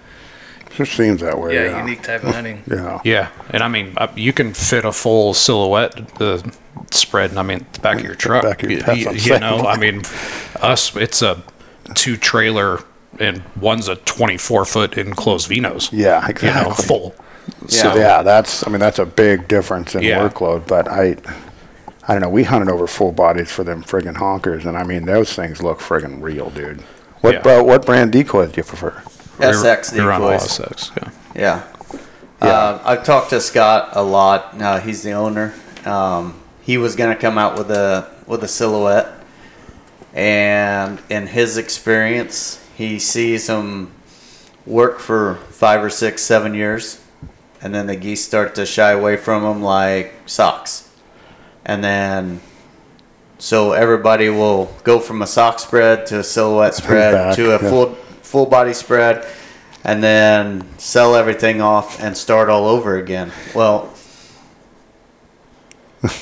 Speaker 1: It seems that way.
Speaker 2: yeah,
Speaker 1: Oh, Yeah. Yeah.
Speaker 2: unique type of hunting.
Speaker 3: Yeah, and I mean, uh, you can fit a full silhouette uh, spread. and I mean, the back of your truck.
Speaker 1: back of your-
Speaker 3: y-
Speaker 1: that's
Speaker 3: y-
Speaker 1: what I'm
Speaker 3: you,
Speaker 1: saying.
Speaker 3: know, I mean, us. It's a two trailer, and one's a twenty-four foot enclosed Vinos.
Speaker 1: Yeah,
Speaker 3: you know,
Speaker 1: exactly.
Speaker 3: full.
Speaker 1: So, yeah, that's, I mean, that's a big difference in
Speaker 3: Yeah.
Speaker 1: workload, but I, I don't know. We hunted over full bodies for them friggin' honkers, and I mean, those things look friggin' real, dude. What,
Speaker 3: Yeah.
Speaker 1: bro- what brand decoys do you prefer?
Speaker 5: SX
Speaker 3: You're on all
Speaker 5: decoys.
Speaker 3: SX. Yeah.
Speaker 5: Yeah. Uh, I've talked to Scott a lot. Uh, he's the owner. Um, he was going to come out with a with a silhouette, and in his experience, he sees them work for five or six, seven years, and then the geese start to shy away from them like socks, and then. So everybody will go from a sock spread to a silhouette spread
Speaker 1: Back,
Speaker 5: to a
Speaker 1: yeah.
Speaker 5: full full body spread, and then sell everything off and start all over again. Well,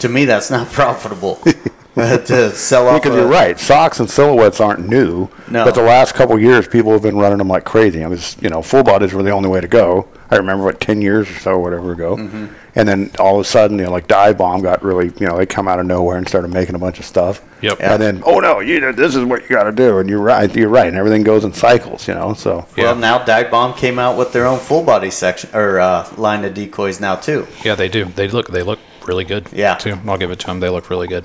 Speaker 5: to me, that's not profitable to sell off.
Speaker 1: Because
Speaker 5: a-
Speaker 1: you're right, socks and silhouettes aren't new.
Speaker 5: No.
Speaker 1: But the last couple of years, people have been running them like crazy. I was, you know, full bodies were the only way to go. I remember what ten years or so, whatever ago,
Speaker 2: Mm-hmm.
Speaker 1: and then all of a sudden, you know, like dive bomb got really, you know, they come out of nowhere and started making a bunch of stuff.
Speaker 3: Yep.
Speaker 5: Yeah.
Speaker 1: And then, oh no, you this is what you got to do, and you're right, you're right, and everything goes in cycles, you know. So
Speaker 3: Yeah.
Speaker 5: Well, now Dive Bomb came out with their own full body section or uh, line of decoys now too.
Speaker 3: Yeah, they do. They look. They look really good.
Speaker 5: Yeah.
Speaker 3: Too. I'll give it to them. They look really good.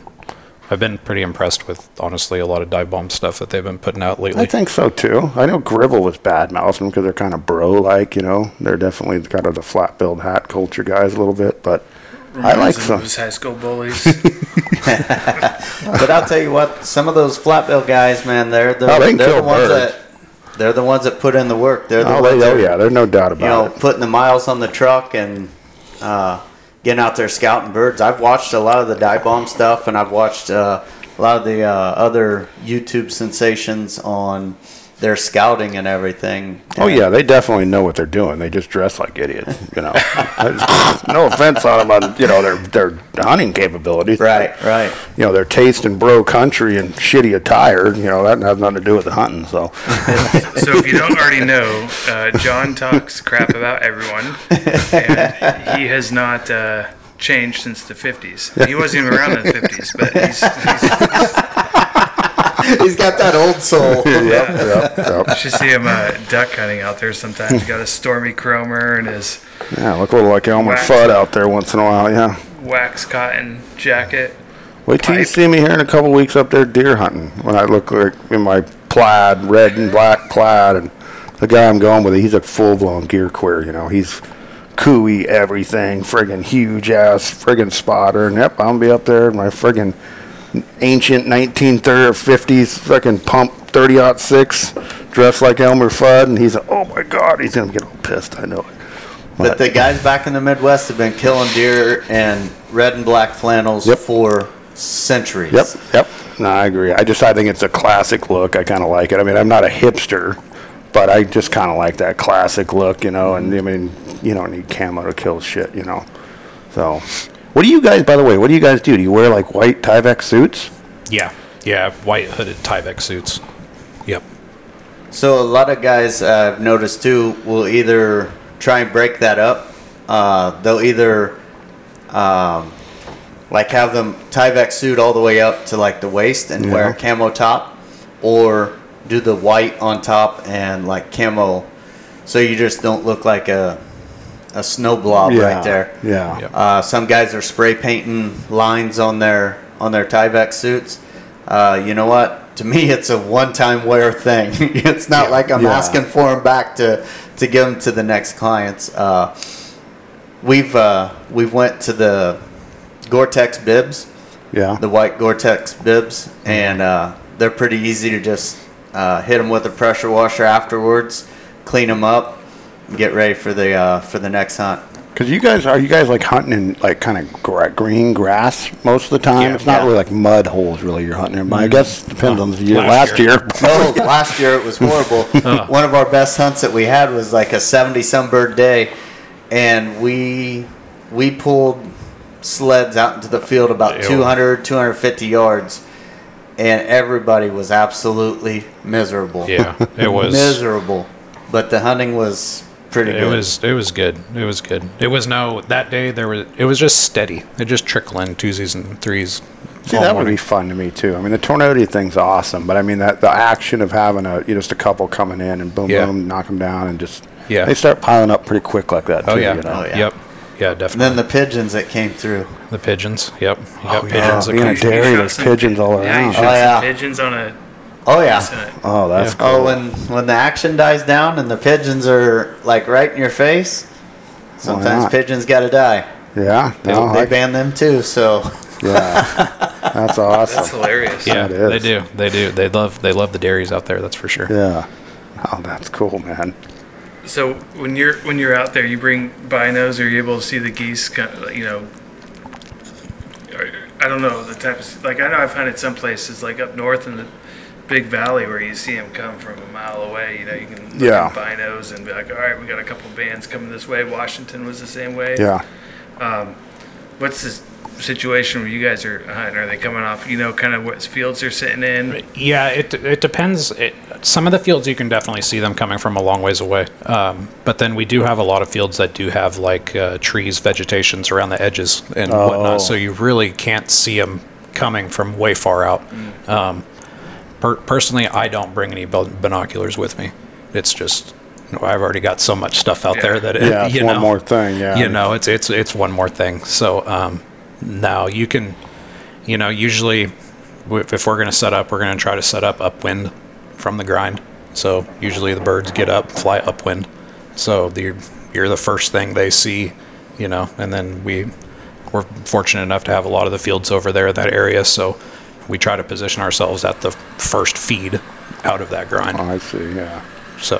Speaker 3: I've been pretty impressed with honestly a lot of dive bomb stuff that they've been putting out lately.
Speaker 1: I think so too. I know Gribble was bad mouthing because they're kind of bro like, you know. They're definitely kind of the flat billed hat culture guys a little bit, but I like
Speaker 2: Reminds me of
Speaker 1: some.
Speaker 2: Those high school bullies.
Speaker 5: But I'll tell you what, some of those flat bill guys, man, they're the,
Speaker 1: Oh, they can
Speaker 5: they're the
Speaker 1: kill
Speaker 5: ones
Speaker 1: birds.
Speaker 5: that they're the ones that put in the work. They're the
Speaker 1: Oh,
Speaker 5: ones
Speaker 1: they, oh
Speaker 5: that
Speaker 1: yeah, there's no doubt
Speaker 5: you know
Speaker 1: about it.
Speaker 5: putting the miles on the truck and uh, getting out there scouting birds. I've watched a lot of the dive bomb stuff, and I've watched uh, a lot of the uh, other YouTube sensations on their scouting and everything.
Speaker 1: Oh yeah, they definitely know what they're doing. They just dress like idiots, you know. no offense on about you know their their hunting capabilities,
Speaker 5: right, right.
Speaker 1: You know their taste in bro country and shitty attire. You know that has nothing to do with the hunting. So
Speaker 2: So if you don't already know, uh, John talks crap about everyone, and he has not uh, changed since the '50s. He wasn't even around in the '50s, but he's, he's,
Speaker 5: He's got that old soul.
Speaker 1: yep, yep,
Speaker 2: you should see him uh, duck hunting out there sometimes. He's got a stormy chromer and his
Speaker 1: yeah, look a little like Elmer
Speaker 2: Wax.
Speaker 1: Fudd out there once in a while. Yeah.
Speaker 2: wax cotton jacket.
Speaker 1: Wait till you
Speaker 2: Pipe.
Speaker 1: see me here in a couple weeks up there deer hunting when I look like in my plaid, red and black plaid, and the guy I'm going with, he's a full blown gear queer. You know, he's cooey everything, friggin' huge ass, friggin' spotter, and yep, I'm gonna be up there in my friggin' ancient 1950s friggin' pump 30 six, dressed like Elmer Fudd, and he's like, oh my god, he's gonna get all pissed. I know it.
Speaker 5: But the guys back in the Midwest have been killing deer and red and black flannels
Speaker 1: Yep.
Speaker 5: for centuries.
Speaker 1: Yep, yep. No, I agree. I just I think it's a classic look. I kind of like it. I mean, I'm not a hipster, but I just kind of like that classic look, you know. And I mean, you don't need camo to kill shit, you know. So, what do you guys? By the way, what do you guys do? Do you wear like white Tyvek suits?
Speaker 3: yeah. Yeah. White hooded Tyvek suits. Yep.
Speaker 5: So a lot of guys uh, I've noticed too will either try and break that up. Uh, they'll either um, like have them Tyvek suit all the way up to like the waist and wear a camo top, or do the white on top and like camo, so you just don't look like a a snow blob right there.
Speaker 1: Yeah.
Speaker 3: Yep.
Speaker 5: Uh, some guys are spray painting lines on their on their Tyvek suits. Uh, you know what? To me, it's a one-time wear thing. it's not like I'm
Speaker 1: Yeah.
Speaker 5: asking for them back to to give them to the next clients. Uh, we've uh, we've went to the Gore-Tex bibs,
Speaker 1: Yeah.
Speaker 5: the white Gore-Tex bibs, and uh, they're pretty easy to just uh, hit them with a pressure washer afterwards, clean them up, and get ready for the uh, for the next hunt.
Speaker 1: Because you guys are you guys like hunting in like kind of gra- green grass most of the time?
Speaker 3: Yeah.
Speaker 1: it's not
Speaker 5: Yeah.
Speaker 1: really like mud holes really you're hunting in. But I guess depends on the year.
Speaker 3: Last
Speaker 1: Last
Speaker 3: year.
Speaker 1: year,
Speaker 5: Oh, last year it was horrible. One of our best hunts that we had was like a seventy-some bird day, and we we pulled sleds out into the field about
Speaker 3: Ew.
Speaker 5: 200, 250 yards, and everybody was absolutely miserable.
Speaker 3: Yeah. It was.
Speaker 5: miserable. But the hunting was pretty
Speaker 3: It
Speaker 5: good.
Speaker 3: was it was good. It was good. It was no that day there was it was just steady. It just trickled in twosies and threes.
Speaker 1: See,
Speaker 3: all
Speaker 1: that would Oh,
Speaker 3: morning.
Speaker 1: be fun to me too. I mean, the Tornado thing's awesome, but I mean that the action of having a you know, just a couple coming in and boom,
Speaker 3: Yeah.
Speaker 1: boom, knock them down, and just
Speaker 3: Yeah.
Speaker 1: they start piling up pretty quick like that. Too,
Speaker 3: Oh yeah.
Speaker 1: you know?
Speaker 5: Oh, yeah.
Speaker 3: Yep. Yeah,
Speaker 5: And then
Speaker 3: definitely.
Speaker 5: the pigeons that came through.
Speaker 3: the, pigeons. Yep. You got
Speaker 1: Oh, Yeah,
Speaker 3: pigeons. that
Speaker 1: being
Speaker 3: come-
Speaker 1: a dairy,
Speaker 2: shot
Speaker 1: there's
Speaker 2: some-
Speaker 1: pigeons all
Speaker 2: Yeah, you
Speaker 1: around.
Speaker 2: shot
Speaker 5: Oh, yeah.
Speaker 2: some pigeons on a.
Speaker 5: Oh yeah.
Speaker 2: on a-
Speaker 1: Oh, that's cool.
Speaker 5: Oh, when when the action dies down and the pigeons are like right in your face, sometimes
Speaker 1: not?
Speaker 5: pigeons got to die.
Speaker 1: yeah,
Speaker 5: They,
Speaker 1: no,
Speaker 5: they
Speaker 1: I-
Speaker 5: ban them too, so
Speaker 1: yeah, that's
Speaker 2: That's
Speaker 1: awesome.
Speaker 2: hilarious.
Speaker 3: Yeah,
Speaker 1: That
Speaker 3: they
Speaker 1: is.
Speaker 3: do. They do. They love they love the dairies out there, that's for sure.
Speaker 1: Yeah, oh, that's cool, man.
Speaker 2: So when you're when you're out there, you bring binos. Are you able to see the geese? co- You know, Or- I don't know the type of like I know I've hunted some places like up north in the big valley where you see them come from a mile away. You know, you can look
Speaker 1: Yeah.
Speaker 2: at binos and be like, all right, we got a couple bands coming this way. Washington was the same way.
Speaker 1: Yeah,
Speaker 2: What's this situation where you guys are hunting? Are they coming off? You know, kind of what fields they're sitting in.
Speaker 3: Yeah, it it depends. It, some of the fields you can definitely see them coming from a long ways away. Um, but then we do have a lot of fields that do have like uh, trees, vegetations around the edges and
Speaker 1: Oh.
Speaker 3: whatnot. So you really can't see them coming from way far out.
Speaker 1: Mm.
Speaker 3: Um, per- personally, I don't bring any bel- binoculars with me. It's just you know, I've already got so much stuff out
Speaker 2: Yeah.
Speaker 3: there that it,
Speaker 1: yeah, it's
Speaker 3: you
Speaker 1: one
Speaker 3: know,
Speaker 1: more thing. Yeah,
Speaker 3: you know, it's it's it's one more thing. So um, No, you can, you know, usually w- if we're going to set up, we're going to try to set up upwind from the grind. So usually the birds get up, fly upwind. So the, you're the first thing they see, you know, and then we we're fortunate enough to have a lot of the fields over there in that area. So we try to position ourselves at the first feed out of that grind.
Speaker 1: Oh, I see, yeah.
Speaker 3: So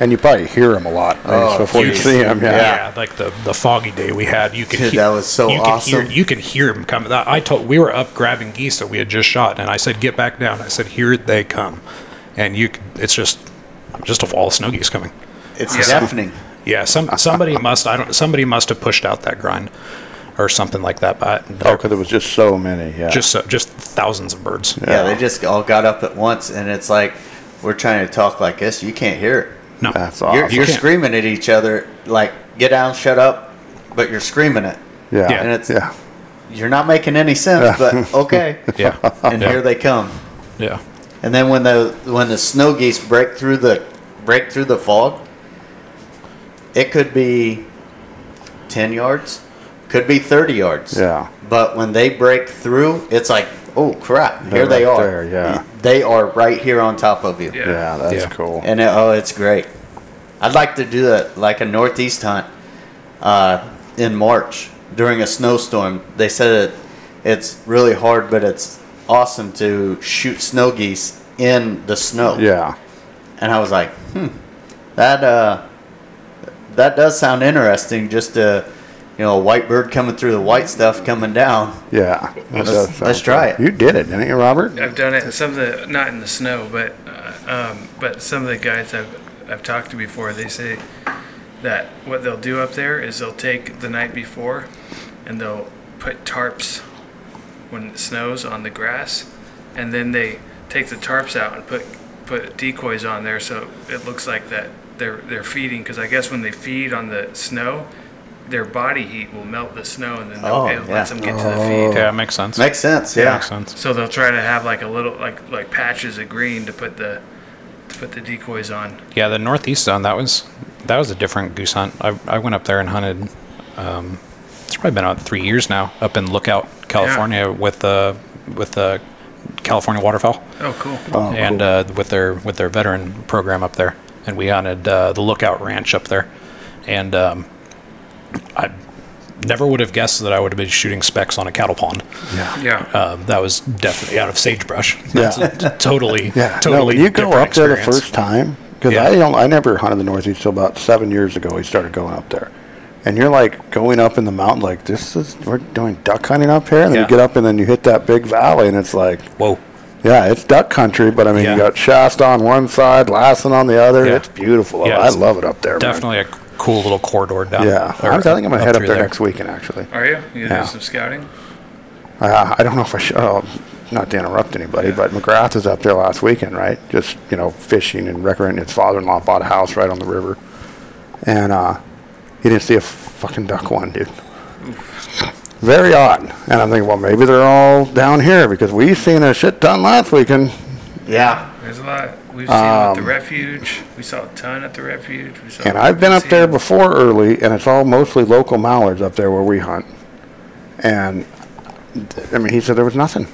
Speaker 1: And you probably hear them a lot right, before you
Speaker 3: geez.
Speaker 1: see them, yeah.
Speaker 3: yeah, like the the foggy day we had, you could
Speaker 5: Dude,
Speaker 3: hear,
Speaker 5: that was so
Speaker 3: you
Speaker 5: awesome.
Speaker 3: Could hear, you could hear them coming. I told we were up grabbing geese that we had just shot, and I said, "Get back down." I said, "Here they come," and you, c- it's just just a wall of snow geese coming.
Speaker 5: It's
Speaker 2: Yeah.
Speaker 5: deafening.
Speaker 3: Yeah, some somebody must I don't somebody must have pushed out that grind or something like that. But
Speaker 1: Oh, because it was just so many, yeah.
Speaker 3: just so, just thousands of birds.
Speaker 5: Yeah. they just all got up at once, and it's like we're trying to talk like this. You can't hear it.
Speaker 3: No,
Speaker 1: That's
Speaker 5: You're,
Speaker 1: awesome.
Speaker 5: you're
Speaker 3: can't.
Speaker 5: screaming at each other, like "Get down, shut up," but you're screaming it.
Speaker 1: Yeah,
Speaker 5: And it's
Speaker 1: yeah.
Speaker 5: you're not making any sense, but okay.
Speaker 3: yeah,
Speaker 5: And
Speaker 3: yeah,
Speaker 5: here they come.
Speaker 3: yeah.
Speaker 5: And then when the when the snow geese break through the break through the fog, it could be ten yards, could be thirty yards.
Speaker 1: Yeah.
Speaker 5: But when they break through, it's like, oh crap!
Speaker 1: They're
Speaker 5: here they
Speaker 1: right
Speaker 5: are.
Speaker 1: there, yeah.
Speaker 5: They are right here on top of you.
Speaker 2: Yeah.
Speaker 1: Yeah, that's
Speaker 3: Yeah.
Speaker 1: cool.
Speaker 5: And it, oh, it's great. I'd like to do that, like a northeast hunt uh, in March during a snowstorm. They said it, it's really hard, but it's awesome to shoot snow geese in the snow.
Speaker 1: yeah,
Speaker 5: And I was like, hmm, that uh, that does sound interesting. Just a you know a white bird coming through the white stuff coming down.
Speaker 1: yeah. That
Speaker 5: Let's-
Speaker 1: does sound
Speaker 5: let's try
Speaker 1: cool.
Speaker 5: it.
Speaker 1: You did it, didn't you, Robert?
Speaker 2: I've done it. Some of the not in the snow, but uh, um, but some of the guys I've I've talked to before, they say that what they'll do up there is they'll take the night before, and they'll put tarps when it snows on the grass, and then they take the tarps out and put put decoys on there, so it looks like that they're they're feeding. Because I guess when they feed on the snow. Their body heat will melt the snow, and then they'll-
Speaker 5: Oh,
Speaker 2: it
Speaker 5: yeah.
Speaker 2: lets them get to the feed.
Speaker 3: Yeah, it makes sense.
Speaker 5: Oh. Makes sense. Yeah.
Speaker 3: makes sense.
Speaker 2: So they'll try to have like a little like like patches of green to put the to put the decoys on.
Speaker 3: Yeah, the northeast zone. That was that was a different goose hunt. I, I went up there and hunted. Um, it's probably been about three years now. Up in Lookout, California, with the with the California waterfowl
Speaker 2: Oh, cool.
Speaker 3: and uh, with their with their veteran program up there, and we hunted uh, the Lookout Ranch up there, and um, I never would have guessed that I would have been shooting specks on a cattle pond.
Speaker 2: Yeah.
Speaker 1: uh,
Speaker 3: Um, that was definitely out of sagebrush. That's yeah. totally
Speaker 1: Yeah,
Speaker 3: totally.
Speaker 1: no, when you go
Speaker 3: different
Speaker 1: up there the
Speaker 3: experience.
Speaker 1: first time, because
Speaker 3: Yeah.
Speaker 1: I don't, I never hunted the Northeast till about seven years ago. We started going up there, and you're like going up in the mountain, like this is we're doing duck hunting up here, and then
Speaker 3: Yeah.
Speaker 1: you get up and then you hit that big valley, and it's like,
Speaker 3: Whoa.
Speaker 1: yeah, it's duck country, but I mean,
Speaker 3: Yeah.
Speaker 1: you got Shasta on one side, Lassen on the other.
Speaker 3: Yeah.
Speaker 1: It's beautiful.
Speaker 3: Yeah,
Speaker 1: I
Speaker 3: it's
Speaker 1: love it up there. man.
Speaker 3: Definitely a cool little corridor down.
Speaker 1: Yeah,
Speaker 3: or
Speaker 1: I'm, I think I'm gonna head up
Speaker 3: through
Speaker 1: there, next weekend. Actually,
Speaker 2: Are you? You
Speaker 1: Yeah.
Speaker 2: do some scouting?
Speaker 1: uh, I don't know if I should. Oh, not to interrupt anybody, but McGrath is up there last weekend, right? Just you know, fishing and recreating. His father-in-law bought a house right on the river, and uh, he didn't see a fucking duck one, dude. Very odd. And I'm thinking, well, maybe they're all down here because we seen a shit ton last weekend.
Speaker 5: Yeah.
Speaker 2: There's a lot. We've seen them at the refuge. We saw a ton at the refuge. We saw
Speaker 1: Um, And I've been up
Speaker 2: we've
Speaker 1: there
Speaker 2: seen-
Speaker 1: before early, and it's all mostly local mallards up there where we hunt. And I mean, he said there was nothing.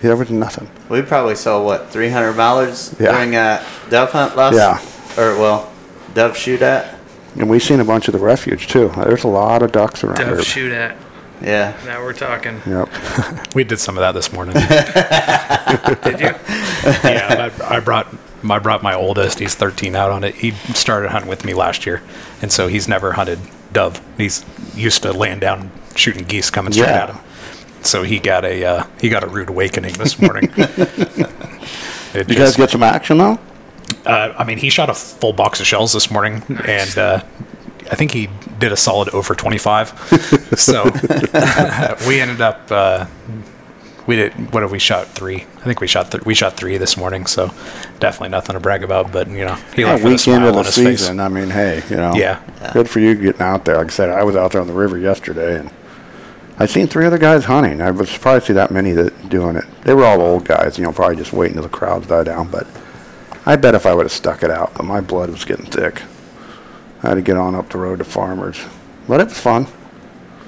Speaker 1: There was nothing.
Speaker 5: We probably saw what 300 mallards
Speaker 1: Yeah.
Speaker 5: during a dove hunt last.
Speaker 1: Yeah.
Speaker 5: Or well, dove shoot at.
Speaker 1: And we've seen a bunch of the refuge too. There's a lot of ducks around
Speaker 2: Dove
Speaker 1: here.
Speaker 2: shoot at.
Speaker 5: Yeah.
Speaker 2: Now we're talking.
Speaker 1: Yep.
Speaker 3: We did some of that this morning.
Speaker 2: Did you?
Speaker 3: yeah, I, I brought I brought my oldest. He's 13 out on it. He started hunting with me last year, and so he's never hunted dove. He's used to laying down shooting geese coming straight
Speaker 1: Yeah.
Speaker 3: at him. So he got a uh, he got a rude awakening this morning. It
Speaker 1: You guys
Speaker 3: just-
Speaker 1: get some action though?
Speaker 3: uh, I mean, he shot a full box of shells this morning, and uh, I think he did a solid over 25. so we ended up uh, we did what have we shot three? I think we shot th- we shot three this morning. So definitely nothing to brag about, but you know he
Speaker 1: Yeah,
Speaker 3: left with a
Speaker 1: weekend
Speaker 3: smile
Speaker 1: of
Speaker 3: on
Speaker 1: the
Speaker 3: his face.
Speaker 1: season. I mean, hey, you know.
Speaker 3: Yeah.
Speaker 1: Good for you getting out there. Like I said, I was out there on the river yesterday, and I seen three other guys hunting. I was surprised to see that many that doing it. They were all old guys, you know, probably just waiting till the crowds die down. But I bet if I would have stuck it out, but my blood was getting thick. I had to get on up the road to Farmers, but it was fun.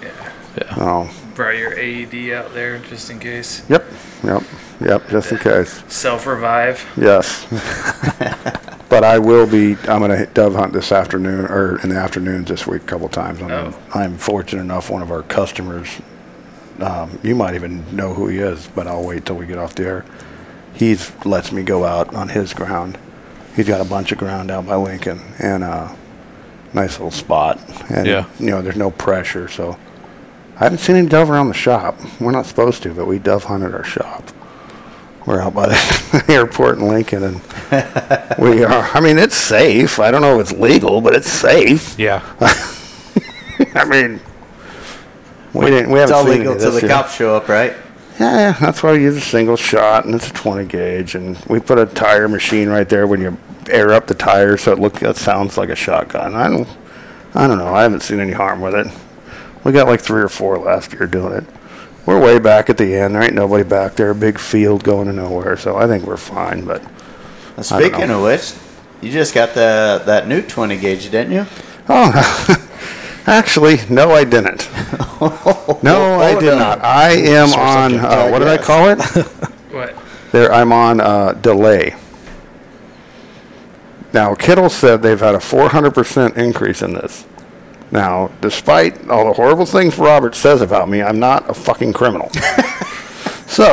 Speaker 2: Yeah.
Speaker 1: Oh,
Speaker 2: brought your AED out there just in case.
Speaker 1: Yep, yep, yep, just in case.
Speaker 2: Self revive.
Speaker 1: Yes. But I will be, I'm going to dove hunt this afternoon, or in the afternoons this week, a couple times. I'm-
Speaker 2: Oh.
Speaker 1: I'm fortunate enough, one of our customers, um, you might even know who he is, but I'll wait till we get off the air. He's lets me go out on his ground. He's got a bunch of ground out by Lincoln and a nice little spot. And,
Speaker 3: Yeah.
Speaker 1: you know, there's no pressure, so I haven't seen any dove around the shop. We're not supposed to, but we dove hunted our shop. We're out by the airport in Lincoln, and we are. I mean, it's safe. I don't know if it's legal, but it's safe.
Speaker 3: Yeah.
Speaker 1: I mean, we didn't. We
Speaker 5: It's
Speaker 1: haven't
Speaker 5: all
Speaker 1: seen any
Speaker 5: legal
Speaker 1: of
Speaker 5: till
Speaker 1: this
Speaker 5: the
Speaker 1: yet.
Speaker 5: cops show up, right?
Speaker 1: Yeah, yeah, that's why we use a single shot, and it's a 20 gauge, and we put a tire machine right there when you air up the tire, so it looks, it sounds like a shotgun. I don't, I don't know. I haven't seen any harm with it. We got like three or four last year doing it. We're way back at the end. There ain't nobody back there. Big field going to nowhere, so I think we're fine. But
Speaker 5: Now, Speaking
Speaker 1: know.
Speaker 5: of which, you just got the that new 20 gauge, didn't you?
Speaker 1: oh, actually, no, I didn't. No, I did not. I am on. Uh, what did I call it?
Speaker 2: What?
Speaker 1: There, I'm on uh, delay. Now, Kittle said they've had a 400% increase in this. Now, despite all the horrible things Robert says about me, I'm not a fucking criminal. so,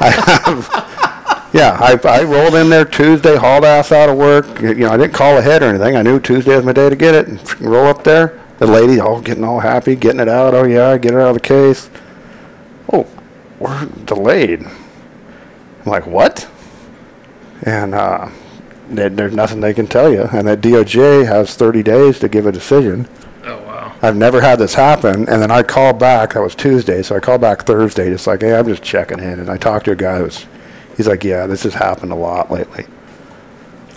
Speaker 1: I have, yeah, I, I rolled in there Tuesday, hauled ass out of work. You know, I didn't call ahead or anything. I knew Tuesday was my day to get it and freaking roll up there. The lady all getting all happy, getting it out. Oh, yeah, get it out of the case. Oh, we're delayed. I'm like, what? And uh, there- there's nothing they can tell you. And that DOJ has 30 days to give a decision.
Speaker 2: Oh wow.
Speaker 1: I've never had this happen. And then I called back. That was Tuesday. So I called back Thursday, just like, hey, I'm just checking in. And I talked to a guy who's, he's like, yeah, this has happened a lot lately.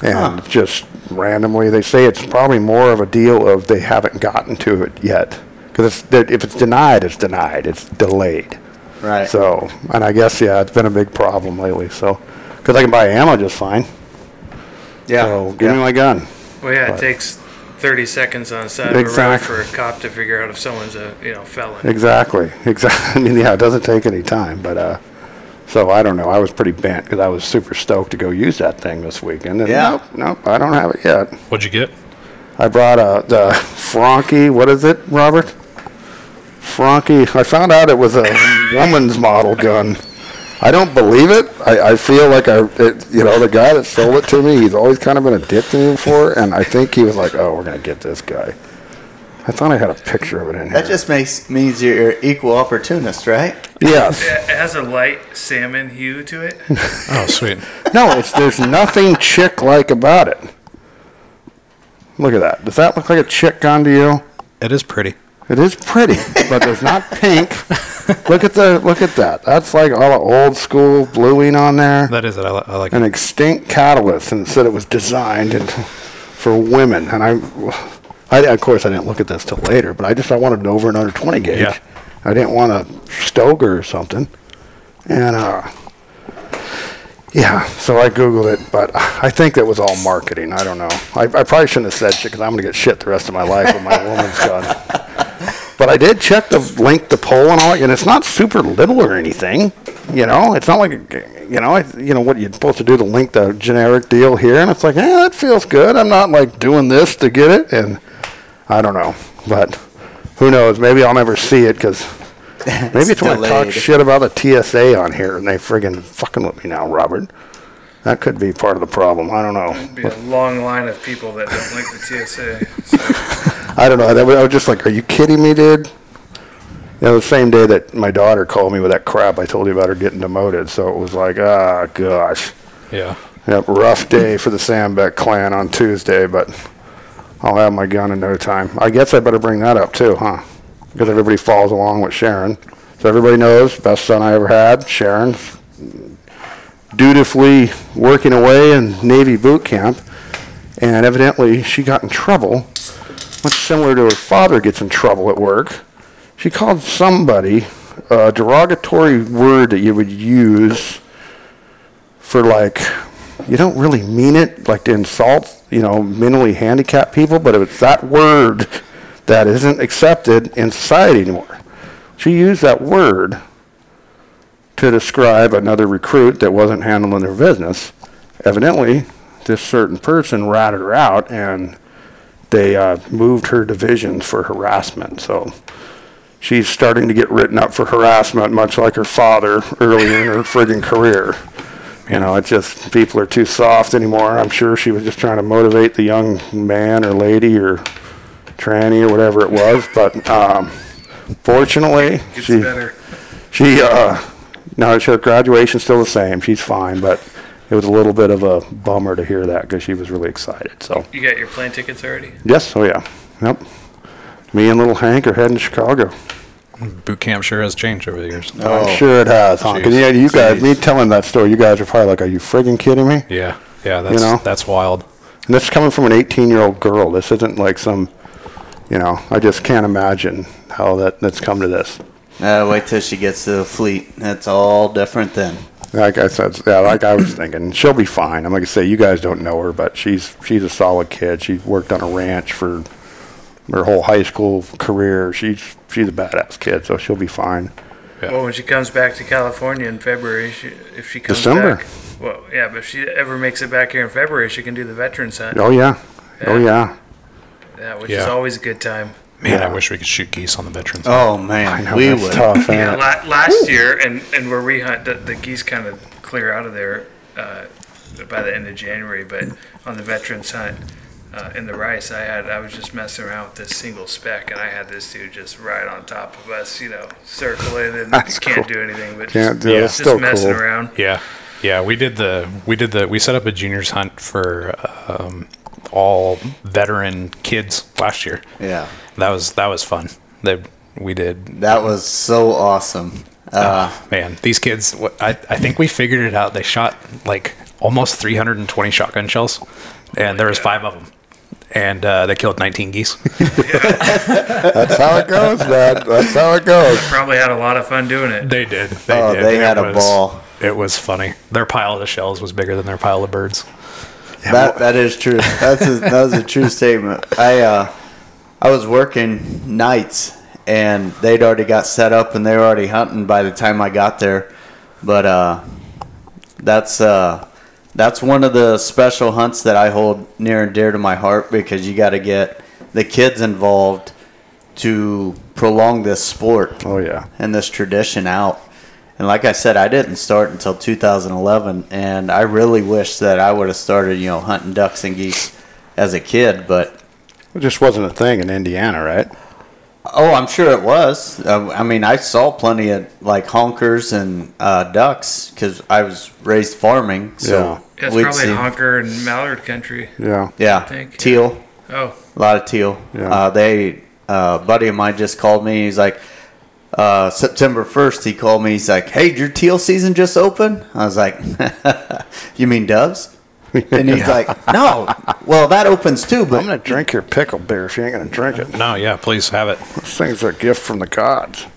Speaker 1: And just randomly, they say it's probably more of a deal of they haven't gotten to it yet. Because if it's denied, it's denied. It's delayed.
Speaker 5: Right.
Speaker 1: So, and I guess yeah, it's been a big problem lately. So, because I can buy ammo just fine.
Speaker 5: yeah.
Speaker 1: So give me my gun.
Speaker 2: Well, yeah, it takes 30 seconds on the side
Speaker 1: Exactly.
Speaker 2: of a road for a cop to figure out if someone's a you know felon.
Speaker 1: Exactly. Exactly. I mean, yeah, it doesn't take any time, but uh, so I don't know. I was pretty bent because I was super stoked to go use that thing this weekend. And
Speaker 5: Yeah.
Speaker 1: Nope, nope. I don't have it yet.
Speaker 3: What'd you get?
Speaker 1: I brought a the Franke. What is it, Robert? Franke. I found out it was a woman's model gun. I don't believe it. I, I feel like I, it, you know, the guy that sold it to me, he's always kind of been a dick to me before, and I think he was like, "Oh, we're gonna get this guy." I thought I had a picture of it in here.
Speaker 5: That just makes means you're equal opportunist, right?
Speaker 1: yes.
Speaker 2: It has a light salmon hue to it.
Speaker 3: Oh, sweet.
Speaker 1: No, it's there's nothing chick-like about it. Look at that. Does that look like a chick gun to you?
Speaker 3: It is pretty.
Speaker 1: It is pretty, but there's not pink. Look at the look at that. That's like all the old school bluing on there.
Speaker 3: That is it. I, li- I like
Speaker 1: An
Speaker 3: it.
Speaker 1: extinct catalyst, and it said it was designed and, for women. And I, I, of course, I didn't look at this till later, but I just I wanted an over and under twenty gauge.
Speaker 3: Yeah.
Speaker 1: I didn't want a Stoger or something, and uh, yeah. So I googled it, but I think that was all marketing. I don't know. I, I probably shouldn't have said shit because I'm gonna get shit the rest of my life with my woman's gun. But I did check the link, the poll, and all, and it's not super little or anything. You know, it's not like a- you know, it's, you know what you're supposed to do to link the generic deal here, and it's like, eh, that feels good. I'm not like doing this to get it, and I don't know, but who knows? Maybe I'll never see it because maybe it's when I talk
Speaker 5: delayed.
Speaker 1: shit about the TSA on here and they friggin' fucking with me now, Robert. That could be part of the problem. I don't know.
Speaker 2: Be a long line of people that don't like the TSA. So,
Speaker 1: I don't know. That was, I was just like, "Are you kidding me, dude?" You know, the same day that my daughter called me with that crap I told you about her getting demoted, so it was like, ah, gosh,
Speaker 3: Yeah.
Speaker 1: yep, rough day for the Sandbeck clan on Tuesday, but I'll have my gun in no time. I guess I better bring that up too, huh? Because everybody falls along with Sharon, so everybody knows best son I ever had, Sharon, dutifully working away in Navy boot camp, and evidently she got in trouble much similar to her father gets in trouble at work. She called somebody a derogatory word that you would use for like you don't really mean it, like to insult, you know, mentally handicapped people, but it's that word that isn't accepted in society anymore. she used that word to describe another recruit that wasn't handling their business. Evidently, this certain person ratted her out and they uh, moved her divisions for harassment. So she's starting to get written up for harassment, much like her father early in her friggin' career. You know, it's just people are too soft anymore. I'm sure she was just trying to motivate the young man or lady or tranny or whatever it was. But um, fortunately,
Speaker 2: Gets
Speaker 1: she
Speaker 2: better.
Speaker 1: she uh, no, her graduation's still the same. She's fine, but it was a little bit of a bummer to hear that because she was really excited. So.
Speaker 2: You got your plane tickets already?
Speaker 1: Yes, oh yeah. Yep. Me and little Hank are heading to Chicago.
Speaker 3: Boot camp sure has changed over the years.
Speaker 1: Oh, I'm sure it has, huh? 'Cause,
Speaker 3: Jeez.
Speaker 1: yeah, you guys, me telling that story, you guys are probably like, are you friggin' kidding me?
Speaker 3: Yeah, yeah, that's
Speaker 1: know?
Speaker 3: that's wild.
Speaker 1: And this is coming from an 18 year old girl. This isn't like some, you know, I just can't imagine how that that's come to this.
Speaker 5: Uh, wait till she gets to the fleet. That's all different then.
Speaker 1: Like I said, yeah, like I was thinking, she'll be fine. I'm like I say, you guys don't know her, but she's she's a solid kid. She worked on a ranch for her whole high school career. She's she's a badass kid, so she'll be fine.
Speaker 3: Yeah.
Speaker 2: Well, Oh, when she comes back to California in February, she, if she comes
Speaker 1: December.
Speaker 2: back, well, yeah, but if she ever makes it back here in February, she can do the veterans hunt.
Speaker 1: Oh yeah, oh yeah.
Speaker 2: Yeah, which is
Speaker 3: Yeah.
Speaker 2: always a good time.
Speaker 3: Man,
Speaker 1: Yeah.
Speaker 3: I wish we could shoot geese on the veterans.
Speaker 5: Oh man,
Speaker 1: No,
Speaker 5: we
Speaker 1: that's
Speaker 5: would.
Speaker 1: tough, ain't
Speaker 2: Yeah,
Speaker 1: it?
Speaker 2: la- last year, and, and where we hunt, the, the geese kind of clear out of there uh, by the end of January. But on the veterans hunt uh, in the rice, I had I was just messing around with this single speck, and I had this dude just right on top of us, you know, circling, and
Speaker 1: That's
Speaker 2: can't
Speaker 1: cool.
Speaker 2: do anything, but
Speaker 1: Can't
Speaker 2: just,
Speaker 1: do it.
Speaker 2: yeah,
Speaker 1: It's
Speaker 2: just
Speaker 1: still
Speaker 2: messing
Speaker 1: cool.
Speaker 2: around.
Speaker 3: Yeah, yeah. We did the we did the we set up a juniors hunt for um, all veteran kids last year.
Speaker 5: Yeah,
Speaker 3: That was that was fun. That we did.
Speaker 5: that was so awesome. Uh,
Speaker 3: Man, these kids. wh- I I think we figured it out. They shot like almost 320 shotgun shells, and there was five of them, and uh, they killed 19 geese.
Speaker 1: That's how it goes, man. That's how it goes.
Speaker 2: Probably had a lot of fun doing it.
Speaker 3: They did. They
Speaker 5: Oh,
Speaker 3: did.
Speaker 5: they
Speaker 3: It
Speaker 5: had a ball.
Speaker 3: It was funny. Their pile of shells was bigger than their pile of birds.
Speaker 5: that that is true. That's a, that was a true statement. I uh, I was working nights and they'd already got set up and they were already hunting by the time I got there, but uh, that's uh, that's one of the special hunts that I hold near and dear to my heart because you got to get the kids involved to prolong this sport
Speaker 1: Oh yeah.
Speaker 5: and this tradition out. And like I said, I didn't start until 2011, and I really wish that I would have started, you know, hunting ducks and geese as a kid. But
Speaker 1: It just wasn't a thing in Indiana, right?
Speaker 5: oh, I'm sure it was. Uh, I mean, I saw plenty of like honkers and uh, ducks because I was raised farming. So
Speaker 2: Yeah, it's
Speaker 5: we'd
Speaker 2: probably
Speaker 5: see-
Speaker 2: honker and mallard country.
Speaker 1: Yeah.
Speaker 5: Yeah,
Speaker 2: Thank you.
Speaker 5: teal.
Speaker 2: Oh,
Speaker 5: A lot of teal.
Speaker 1: Yeah.
Speaker 5: Uh, they, uh, a buddy of mine just called me. He's like, uh, September 1st, he called me. He's like, hey, did your teal season just open? I was like, you mean doves? And he's like, no. Well, that opens too,
Speaker 1: I'm
Speaker 5: but
Speaker 1: gonna drink your pickle beer if you ain't gonna drink it.
Speaker 3: No, yeah, please have it.
Speaker 1: This thing's a gift from the gods.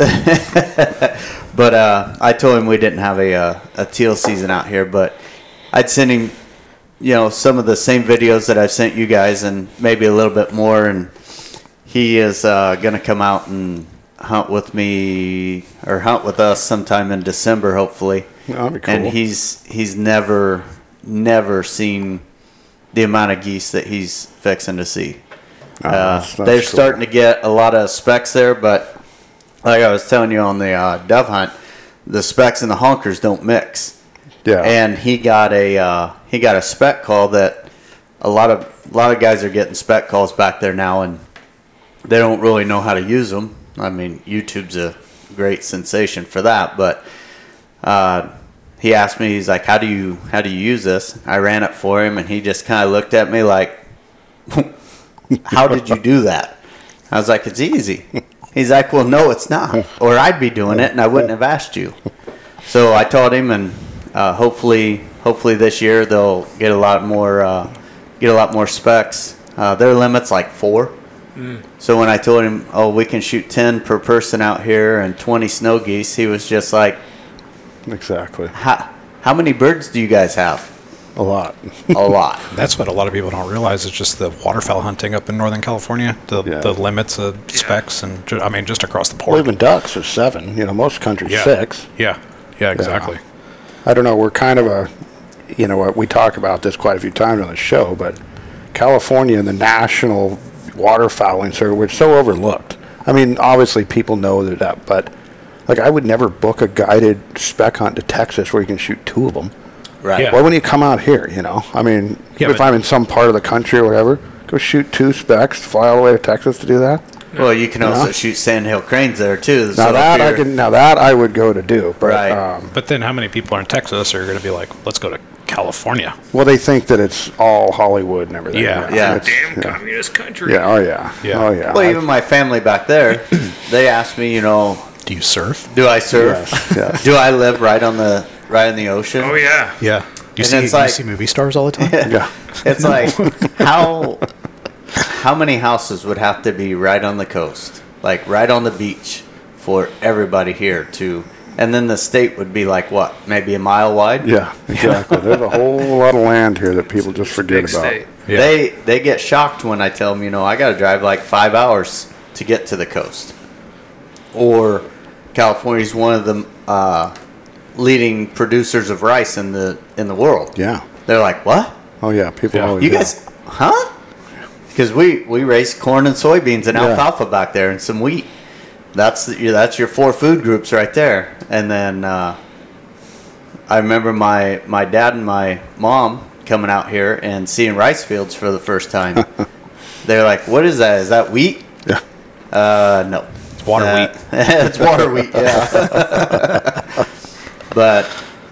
Speaker 5: but uh, I told him we didn't have a, uh, a teal season out here, but I'd send him, you know, some of the same videos that I've sent you guys and maybe a little bit more. And he is uh, going to come out and hunt with me or hunt with us sometime in December, hopefully.
Speaker 1: That'd be cool.
Speaker 5: And he's he's never never seen the amount of geese that he's fixing to see.
Speaker 1: Oh,
Speaker 5: Uh,
Speaker 1: that's- that's
Speaker 5: they're
Speaker 1: cool.
Speaker 5: starting to get a lot of specs there, but like I was telling you on the uh, dove hunt, the specs and the honkers don't mix.
Speaker 1: Yeah.
Speaker 5: And he got a uh, he got a spec call that a lot of a lot of guys are getting spec calls back there now, and they don't really know how to use them. I mean, YouTube's a great sensation for that, but uh, he asked me, he's like, "How do you how do you use this?" I ran it for him, and he just kind of looked at me like, "How did you do that?" I was like, "It's easy." He's like, "Well, no, it's not, or I'd be doing it, and I wouldn't have asked you." So I taught him, and uh, hopefully, hopefully this year they'll get a lot more uh, get a lot more specs. Uh, their limit's like four.
Speaker 2: Mm.
Speaker 5: So when I told him, "Oh, we can shoot ten per person out here and twenty snow geese," he was just like,
Speaker 1: exactly.
Speaker 5: how, how many birds do you guys have?
Speaker 1: a lot.
Speaker 5: a lot.
Speaker 3: That's what a lot of people don't realize is just the waterfowl hunting up in Northern California, the,
Speaker 1: Yeah.
Speaker 3: the limits of specs, and ju- I mean, just across the
Speaker 1: Well,
Speaker 3: board.
Speaker 1: even ducks are seven. You know, most countries
Speaker 3: yeah.
Speaker 1: six.
Speaker 3: Yeah. Yeah, exactly.
Speaker 1: I don't know. We're kind of a, you know, what we talk about this quite a few times on the show, but California and the national waterfowling service, we're so overlooked. I mean, obviously people know that, that, but like I would never book a guided spec hunt to Texas where you can shoot two of them.
Speaker 5: Right.
Speaker 3: Yeah.
Speaker 1: Why wouldn't you come out here? You know, I mean,
Speaker 3: Yeah,
Speaker 1: if
Speaker 3: but-
Speaker 1: I'm in some part of the country or whatever, go shoot two specs, fly all the way to Texas to do that.
Speaker 5: Well, you can also
Speaker 1: Yeah.
Speaker 5: shoot sandhill cranes there too.
Speaker 1: Uh-huh. Now
Speaker 5: so
Speaker 1: that
Speaker 5: if
Speaker 1: I
Speaker 5: you're-
Speaker 1: can, now that I would go to do, but
Speaker 5: Right.
Speaker 1: um,
Speaker 3: But then how many people are in Texas are going to be like, let's go to California?
Speaker 1: well, they think that it's all Hollywood and everything.
Speaker 3: Yeah.
Speaker 5: Yeah.
Speaker 1: It's-
Speaker 2: Damn communist country.
Speaker 1: Yeah, oh yeah.
Speaker 3: Yeah.
Speaker 1: Oh yeah.
Speaker 5: Well, even my family back there, they asked me, you know,
Speaker 3: Do you surf?
Speaker 5: do I surf?
Speaker 1: Yes, yes.
Speaker 5: Do I live right on the right on the ocean?
Speaker 2: Oh yeah.
Speaker 3: Yeah. You,
Speaker 5: And
Speaker 3: see,
Speaker 5: it's
Speaker 3: you
Speaker 5: like-
Speaker 3: see movie stars all the time?
Speaker 1: yeah.
Speaker 5: It's like how how many houses would have to be right on the coast, like right on the beach, for everybody here to, and then the state would be like what, maybe a mile wide.
Speaker 1: Yeah, exactly. There's a whole lot of land here that people just forget
Speaker 2: Big
Speaker 1: about.
Speaker 2: state.
Speaker 3: Yeah.
Speaker 5: They they get shocked when I tell them, you know, I got to drive like five hours to get to the coast, or California's one of the uh, leading producers of rice in the in the world.
Speaker 1: Yeah.
Speaker 5: They're like, what?
Speaker 1: Oh yeah, people
Speaker 3: Yeah.
Speaker 1: always
Speaker 5: You
Speaker 1: do.
Speaker 5: guys, huh? Because we we raise corn and soybeans and
Speaker 1: Yeah.
Speaker 5: alfalfa back there and some wheat. That's the, your- that's your four food groups right there. And then uh, I remember my my dad and my mom coming out here and seeing rice fields for the first time. They're like, "What is that? Is that wheat?"
Speaker 1: Yeah.
Speaker 5: Uh, no, it's
Speaker 3: water
Speaker 5: uh, it's water wheat. Yeah. but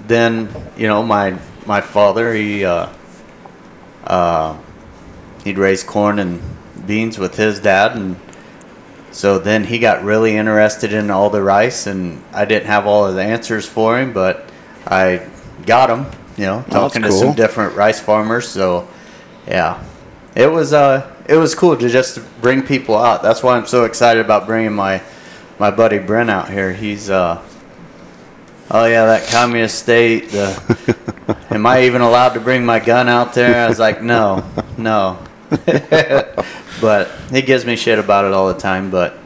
Speaker 5: then you know my my father he uh, uh, he'd raise corn and beans with his dad and so then he got really interested in all the rice and I didn't have all of the answers for him but I got him you know talking to
Speaker 1: cool.
Speaker 5: some different rice farmers so yeah it was uh it was cool to just bring people out that's why I'm so excited about bringing my my buddy Brent out here he's uh Oh yeah, that communist state. The, am I even allowed to bring my gun out there? I was like, no, no. but he gives me shit about it all the time. But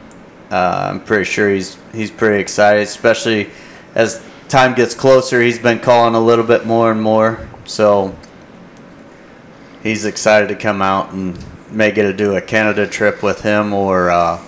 Speaker 5: uh, I'm pretty sure he's he's pretty excited, especially as time gets closer. He's been calling a little bit more and more, so he's excited to come out and may get to do a Canada trip with him or uh,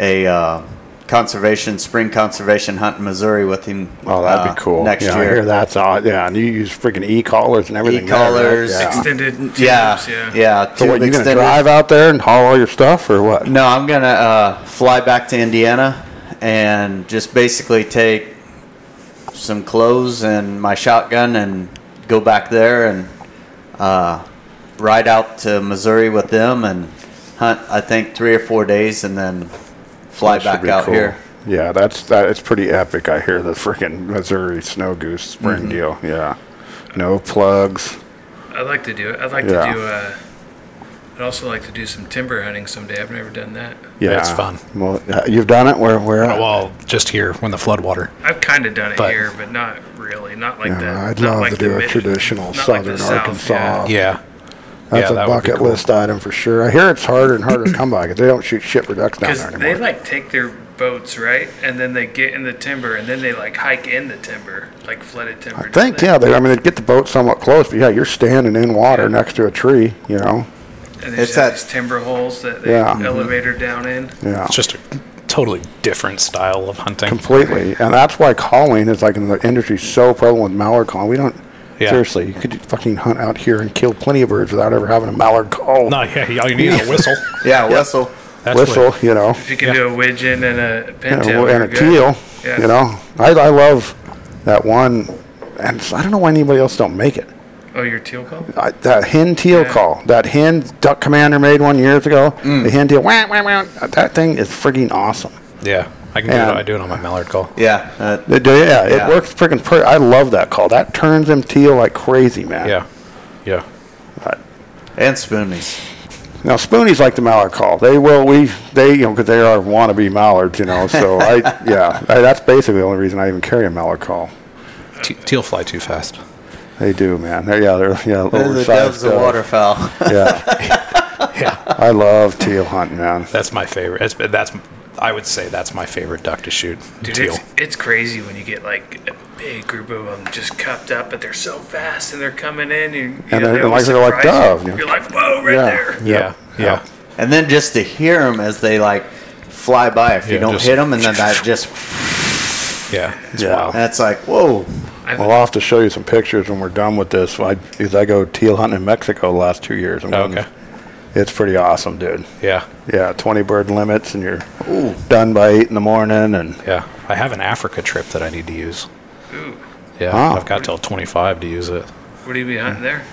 Speaker 5: a uh, conservation spring conservation hunt in Missouri with him.
Speaker 1: Oh, that'd
Speaker 5: uh,
Speaker 1: be cool.
Speaker 5: next
Speaker 1: yeah, I
Speaker 5: year.
Speaker 1: hear that's all. Yeah, and you use freaking e-collars and everything. there, right?
Speaker 5: E-collars.
Speaker 1: Yeah.
Speaker 2: Extended. Tubes,
Speaker 5: Yeah,
Speaker 2: yeah.
Speaker 5: yeah.
Speaker 1: So what?
Speaker 5: tube
Speaker 1: You gonna
Speaker 5: extender.
Speaker 1: drive out there and haul all your stuff, or what?
Speaker 5: No, I'm gonna uh, fly back to Indiana and just basically take some clothes and my shotgun and go back there and uh, ride out to Missouri with them and hunt. I think three or four days and then fly
Speaker 1: That should
Speaker 5: back
Speaker 1: be
Speaker 5: out
Speaker 1: cool.
Speaker 5: here.
Speaker 1: Yeah, that's that. It's pretty epic. I hear the freaking Missouri snow goose spring
Speaker 5: Mm-hmm.
Speaker 1: deal. Yeah, no plugs.
Speaker 2: I'd like to do it. I'd like
Speaker 1: Yeah.
Speaker 2: to do. Uh, I'd also like to do some timber hunting someday. I've never done that.
Speaker 1: Yeah,
Speaker 3: it's fun.
Speaker 1: Well, uh, you've done it. Where? Where? at?
Speaker 3: Well, just here when the floodwater.
Speaker 2: I've kind of done it
Speaker 3: But-
Speaker 2: here, but not really. Not like
Speaker 1: Yeah,
Speaker 2: that.
Speaker 1: I'd
Speaker 2: not
Speaker 1: love
Speaker 2: like
Speaker 1: to
Speaker 2: the
Speaker 1: do a
Speaker 2: mid-
Speaker 1: traditional
Speaker 2: not like
Speaker 1: southern
Speaker 2: the South,
Speaker 1: Arkansas.
Speaker 2: yeah.
Speaker 3: Yeah.
Speaker 1: That's
Speaker 3: yeah,
Speaker 1: a
Speaker 3: that would be
Speaker 1: bucket
Speaker 3: cool.
Speaker 1: list item for sure. I hear it's harder and harder to come by 'cause they don't shoot shit for ducks down
Speaker 2: Because
Speaker 1: there anymore.
Speaker 2: they like take their boats right, and then they get in the timber, and then they like hike in the timber, like flooded timber.
Speaker 1: I think yeah. They, I mean, they get the boat somewhat close, but yeah, you're standing in water next to a tree. You know.
Speaker 2: And it's
Speaker 5: It's
Speaker 2: that
Speaker 5: that-
Speaker 2: these timber holes that they
Speaker 1: Yeah. Mhm.
Speaker 2: elevator down in.
Speaker 1: Yeah.
Speaker 3: It's just a totally different style of hunting.
Speaker 1: completely, and that's why calling is like in the industry so prevalent. with Mallard calling, we don't.
Speaker 3: Yeah.
Speaker 1: Seriously, you could fucking hunt out here and kill plenty of birds without ever having a mallard call
Speaker 3: No, yeah, all you need is a whistle.
Speaker 5: Yeah, Whistle.
Speaker 3: That's what-
Speaker 1: whistle, you know,
Speaker 2: If you can do a widgeon and a
Speaker 1: and
Speaker 2: pintail
Speaker 1: a, and
Speaker 2: you're
Speaker 1: a
Speaker 2: good.
Speaker 1: teal,
Speaker 2: Yeah.
Speaker 1: you know. I, I love that one, and it's- I don't know why anybody else don't make it.
Speaker 2: Oh, your teal call.
Speaker 1: I, that hen teal
Speaker 2: Yeah. Mm.
Speaker 1: call, that hen duck commander made one years ago. The hen teal, wah, wah, wah, that thing is freaking awesome.
Speaker 3: Yeah, I can do
Speaker 1: Yeah.
Speaker 3: it. I do it on my mallard call.
Speaker 5: Yeah, uh,
Speaker 1: It do- yeah,
Speaker 5: Yeah.
Speaker 1: it works freaking. Per- I love that call. That turns them teal like crazy, man.
Speaker 3: Yeah, yeah.
Speaker 5: and spoonies.
Speaker 1: Now spoonies like the mallard call. They will we they you know because they are wannabe mallards, you know. So I yeah I, that's basically the only reason I even carry a mallard call.
Speaker 3: Te- teal fly too fast.
Speaker 1: They do, man. They're, yeah, they're yeah
Speaker 5: Those are the
Speaker 1: oversized
Speaker 5: doves of
Speaker 1: doves.
Speaker 5: waterfowl.
Speaker 1: Yeah,
Speaker 3: Yeah,
Speaker 1: I love teal hunt, man.
Speaker 3: that's my favorite. That's, that's I would say that's my favorite duck to shoot.
Speaker 2: Dude,
Speaker 3: teal.
Speaker 2: it's, it's crazy when you get like a big group of them just cupped up, but they're so fast and they're coming in, and, you
Speaker 1: And
Speaker 2: know,
Speaker 1: they're-
Speaker 2: they
Speaker 1: and like-
Speaker 2: always
Speaker 1: they're like
Speaker 2: surprise you.
Speaker 1: dove, you know.
Speaker 2: You're like, whoa, right
Speaker 1: Yeah.
Speaker 2: there.
Speaker 3: yeah,
Speaker 1: Yep.
Speaker 3: yeah,
Speaker 5: And then just to hear them as they like fly by if you
Speaker 3: Yeah,
Speaker 5: don't
Speaker 3: just-
Speaker 5: hit them, and then I just
Speaker 3: yeah. It's
Speaker 1: Yeah.
Speaker 3: wild.
Speaker 5: that's like whoa.
Speaker 2: I've,
Speaker 1: Well, I'll have to show you some pictures when we're done with this. I, because I go teal hunting in Mexico the last two years. and
Speaker 3: Okay.
Speaker 1: It's pretty awesome, dude.
Speaker 3: Yeah,
Speaker 1: Yeah, 20 bird limits, and you're done by 8 in the morning. And
Speaker 3: yeah. I have an Africa trip that I need to use.
Speaker 2: ooh,
Speaker 3: Yeah,
Speaker 1: Wow.
Speaker 3: I've got till 25 to use it.
Speaker 2: what do you be hunting there?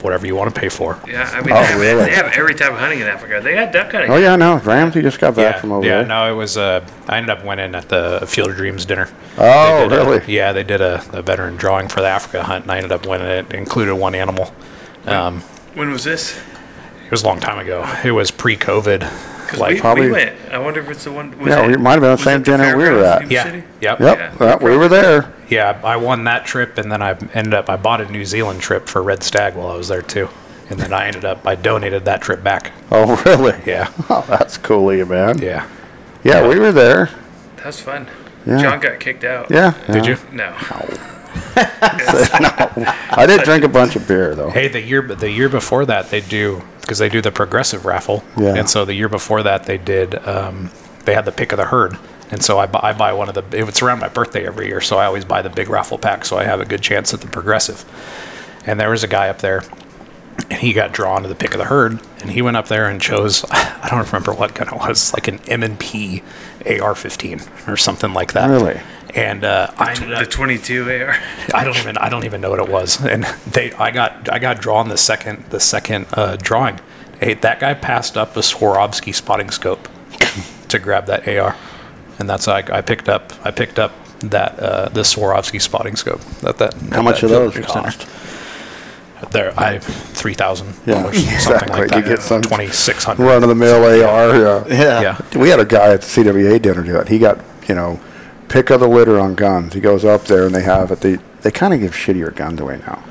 Speaker 3: Whatever you want to pay for.
Speaker 2: Yeah, I mean,
Speaker 1: Oh,
Speaker 2: they, have,
Speaker 1: really?
Speaker 2: they have every type of hunting in Africa. They got duck hunting.
Speaker 1: oh, yeah, no, Ramsey just got back
Speaker 3: yeah,
Speaker 1: from over
Speaker 3: yeah.
Speaker 1: there.
Speaker 3: No, it was. Uh, I ended up winning at the Field of Dreams dinner.
Speaker 1: Oh,
Speaker 3: They did a-
Speaker 1: really?
Speaker 3: yeah, they did a, a veteran drawing for the Africa hunt, and I ended up winning it. It Included one animal. Um,
Speaker 2: When was this?
Speaker 3: it was a long time ago. It was pre-COVID.
Speaker 2: Because
Speaker 3: Like,
Speaker 2: we,
Speaker 1: probably-
Speaker 2: we went. I wonder if it's the one. Was
Speaker 1: Yeah,
Speaker 2: it,
Speaker 1: it might have been the
Speaker 2: was
Speaker 1: same
Speaker 2: it the
Speaker 1: dinner we were
Speaker 2: fairgrounds
Speaker 1: at.
Speaker 2: in New
Speaker 3: yeah,
Speaker 2: City?
Speaker 3: yep,
Speaker 1: Yep,
Speaker 2: Yeah.
Speaker 1: that- we were there.
Speaker 3: yeah. I won that trip, and then I ended up. I bought a New Zealand trip for Red Stag while I was there too, and then I ended up. I donated that trip back.
Speaker 1: Oh, really?
Speaker 3: Yeah,
Speaker 1: Oh, that's cool of you, man. Yeah,
Speaker 3: yeah.
Speaker 1: we were there.
Speaker 2: That was fun.
Speaker 1: Yeah.
Speaker 2: John got kicked out.
Speaker 1: Yeah.
Speaker 3: Did
Speaker 1: yeah.
Speaker 3: you?
Speaker 2: No.
Speaker 1: I did drink a bunch of beer, though.
Speaker 3: Hey, the year but the year before that they do because they do the progressive raffle,
Speaker 1: Yeah.
Speaker 3: and so the year before that they did um, they had the pick of the herd, and so I, bu- I buy one of the it's around my birthday every year, so I always buy the big raffle pack, so I have a good chance at the progressive. And there was a guy up there, and he got drawn to the pick of the herd, and he went up there and chose I don't remember what gun it was, like an M and P AR-15 or something like that.
Speaker 1: Really?
Speaker 3: And uh, I ended up-
Speaker 2: The 22 AR.
Speaker 3: I don't even I don't even know what it was. And they I got I got drawn the second the second uh, drawing. Hey, that guy passed up a Swarovski spotting scope to grab that AR, and that's how I, I picked up I picked up that uh, the Swarovski spotting scope. At that
Speaker 1: How much
Speaker 3: that
Speaker 1: of those
Speaker 3: Field Center.
Speaker 1: cost?
Speaker 3: There, I three thousand
Speaker 1: Yeah,
Speaker 3: dollars, something
Speaker 1: exactly.
Speaker 3: like that.
Speaker 1: You get some
Speaker 3: twenty six hundred.
Speaker 1: Run of the mill AR. Yeah.
Speaker 5: Yeah.
Speaker 3: Yeah,
Speaker 1: We had a guy at the CWA dinner do that. He got, you know, pick of the litter on guns. He goes up there and they have it. They they kind of give shittier guns away now.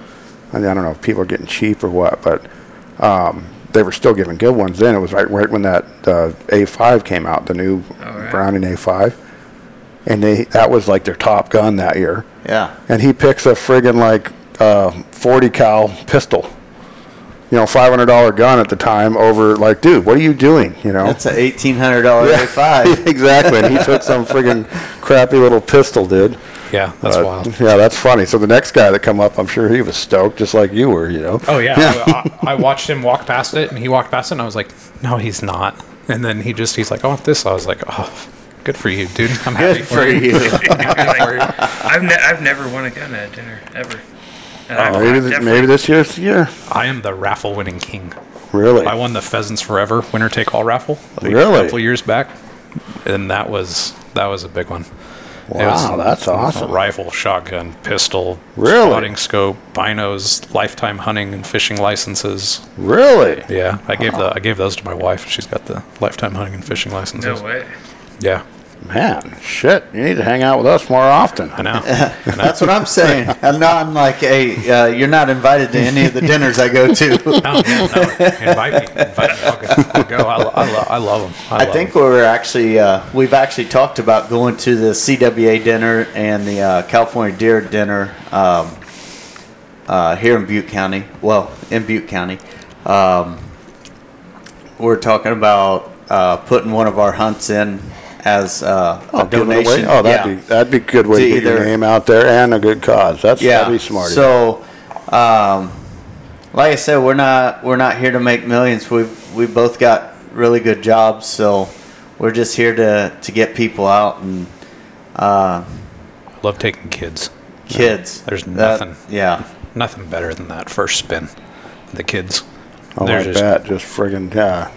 Speaker 1: I, mean, I don't know if people are getting cheap or what, but um, they were still giving good ones then. It was right right when that uh, A5 came out, the new
Speaker 2: right.
Speaker 1: Browning A5, and they that was like their top gun that year.
Speaker 5: Yeah.
Speaker 1: And he picks a friggin' like uh, 40 cal pistol. You know, five hundred dollar gun at the time. Over like, dude, what are you doing? You know,
Speaker 5: That's an eighteen hundred dollar
Speaker 1: Yeah.
Speaker 5: A five.
Speaker 1: exactly. And he took some friggin' crappy little pistol, dude.
Speaker 3: yeah, that's
Speaker 1: Uh,
Speaker 3: wild.
Speaker 1: Yeah, that's funny. So the next guy that come up, I'm sure he was stoked, just like you were, you know.
Speaker 3: Oh yeah, I, I watched him walk past it, and he walked past it, and I was like, "No, he's not." And then he just he's like, "I want this." I was like, "Oh, good for you, dude. I'm happy for, you."
Speaker 2: I've, ne- I've never won a gun at a dinner, ever. And I've-
Speaker 1: Oh, maybe,
Speaker 2: I've
Speaker 1: th-
Speaker 2: definitely-
Speaker 1: maybe this year's the year.
Speaker 3: I am the raffle winning king.
Speaker 1: Really?
Speaker 3: I won the Pheasants Forever winner take all raffle
Speaker 1: Really?
Speaker 3: a couple years back, and that was that was a big one. It was
Speaker 1: Wow, that's awesome.
Speaker 3: Rifle, shotgun, pistol,
Speaker 1: Really?
Speaker 3: spotting scope, binos, lifetime hunting and fishing licenses.
Speaker 1: Really?
Speaker 3: Yeah, I gave the I gave those to my wife. She's got the lifetime hunting and fishing licenses.
Speaker 2: No way.
Speaker 3: Yeah,
Speaker 1: Man, shit, you need to hang out with us more often.
Speaker 3: I know.
Speaker 5: That's what I'm saying. And now I'm like, hey, uh, you're not invited to any of the dinners I go to.
Speaker 3: No, yeah, no. Invite me. Invite me. I'll go. I'll go. I, lo- I, lo- I love them. I,
Speaker 5: I
Speaker 3: love
Speaker 5: think
Speaker 3: 'em.
Speaker 5: we were actually uh, we've actually talked about going to the CWA dinner and the uh, California Deer Dinner um, uh, here in Butte County. Well, in Butte County, um, we're talking about uh, putting one of our hunts in as uh, a
Speaker 1: Give it away?
Speaker 5: donation.
Speaker 1: Oh, that'd
Speaker 5: Yeah.
Speaker 1: be that'd be a good way to,
Speaker 5: To
Speaker 1: get your
Speaker 5: either-
Speaker 1: name out there and a good cause. That's
Speaker 5: yeah.
Speaker 1: that'd be smart.
Speaker 5: So, um, like I said, we're not we're not here to make millions. We've we both got really good jobs, so we're just here to to get people out and uh,
Speaker 3: I love taking kids.
Speaker 5: kids.
Speaker 3: There's
Speaker 5: That-
Speaker 3: nothing.
Speaker 5: yeah.
Speaker 3: Nothing better than that first spin. The kids.
Speaker 1: oh,
Speaker 3: they're
Speaker 1: I
Speaker 3: just-
Speaker 1: bet, just friggin' yeah.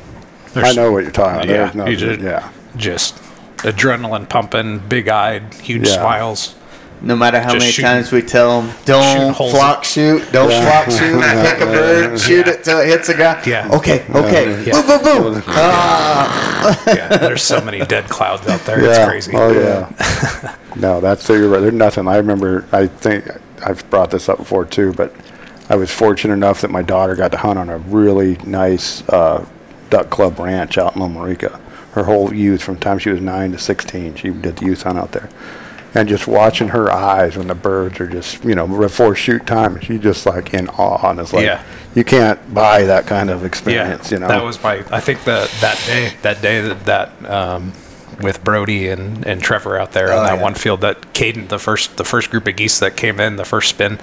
Speaker 3: They're
Speaker 1: I
Speaker 3: s-
Speaker 1: know what you're talking about.
Speaker 3: Yeah,
Speaker 1: There's no-
Speaker 3: you did.
Speaker 1: yeah.
Speaker 3: Just adrenaline pumping, big eyed, huge
Speaker 1: Yeah.
Speaker 3: smiles.
Speaker 5: No matter how
Speaker 3: Just
Speaker 5: many
Speaker 3: shooting-
Speaker 5: times we tell them, don't
Speaker 3: shooting holes
Speaker 5: flock shoot, don't
Speaker 1: Yeah.
Speaker 5: flock shoot,
Speaker 1: Yeah.
Speaker 5: pick a bird, shoot it till it hits a guy.
Speaker 3: Yeah.
Speaker 5: Okay, okay.
Speaker 1: Uh,
Speaker 3: Yeah.
Speaker 5: Boom, boom, boom.
Speaker 3: Yeah, there's so many dead clouds out there.
Speaker 1: Yeah.
Speaker 3: It's crazy.
Speaker 1: Oh yeah. no, that's so you're right. There's nothing. I remember. I think I've brought this up before too, but I was fortunate enough that my daughter got to hunt on a really nice uh, duck club ranch out in Lomarica. Her whole youth, from the time she was nine to 16, she did the youth hunt out there. And just watching her eyes when the birds are just, you know, before shoot time, she's just like in awe. And it's like,
Speaker 3: Yeah.
Speaker 1: you can't buy that kind of
Speaker 3: yeah,
Speaker 1: experience, you know?
Speaker 3: that was my. I think that that day, that day that that um, with Brody and, and Trevor out
Speaker 1: Oh,
Speaker 3: there on that
Speaker 4: yeah.
Speaker 3: one field, that Caden, the first the first group of geese that came in, the first spin,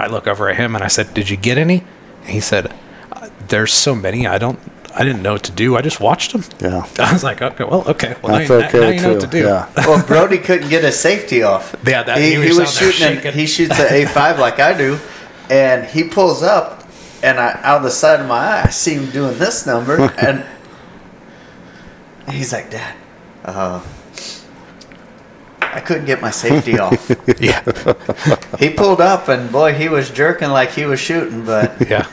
Speaker 3: I look over at him and I said, "Did you get any?" And he said, "Uh, "There's so many. I don't. I didn't know what to do. I just watched them."
Speaker 1: Yeah.
Speaker 3: I was like, "Okay, well, okay. Well,
Speaker 1: That's
Speaker 3: now, you- now-
Speaker 1: okay
Speaker 3: now you know what
Speaker 1: too,
Speaker 3: to do."
Speaker 1: yeah.
Speaker 5: Well, Brody couldn't get his safety off.
Speaker 3: Yeah, that-
Speaker 5: he,
Speaker 3: he
Speaker 5: he
Speaker 3: was
Speaker 5: was,
Speaker 3: down there
Speaker 5: shooting. An,
Speaker 3: shaking.
Speaker 5: he shoots an A five like I do, and he pulls up, and I out of the side of my eye, I see him doing this number, and he's like, "Dad, uh, I couldn't get my safety off."
Speaker 3: yeah,
Speaker 5: he pulled up, and boy, he was jerking like he was shooting, but
Speaker 3: yeah.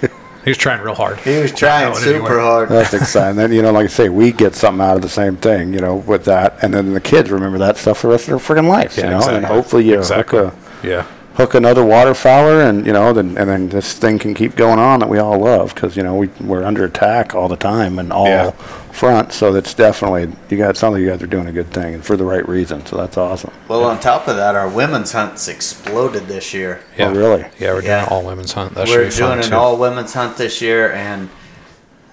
Speaker 3: He was trying real hard.
Speaker 5: he was trying
Speaker 3: Not knowing
Speaker 5: super
Speaker 3: anywhere.
Speaker 5: hard.
Speaker 1: That's exciting. Then you know, like I say, we get something out of the same thing, you know, with that, and then the kids remember that stuff the rest of their freaking life, you know. And hopefully, you
Speaker 3: exactly.
Speaker 1: hook,
Speaker 3: yeah.
Speaker 1: a, hook another waterfowler, and you know, then and then this thing can keep going on that we all love because you know we we're under attack all the time and all
Speaker 3: Yeah.
Speaker 1: fronts. So that's definitely you got. It sounds like you guys are doing a good thing and for the right reason. So that's awesome.
Speaker 5: Well, on top of that, our women's hunts exploded this year.
Speaker 1: Oh,
Speaker 3: Yeah.
Speaker 1: really?
Speaker 3: Yeah, we're doing
Speaker 5: Yeah.
Speaker 3: an all women's hunt. That should
Speaker 5: We're
Speaker 3: be fun
Speaker 5: doing an
Speaker 3: too.
Speaker 5: all women's hunt this year, and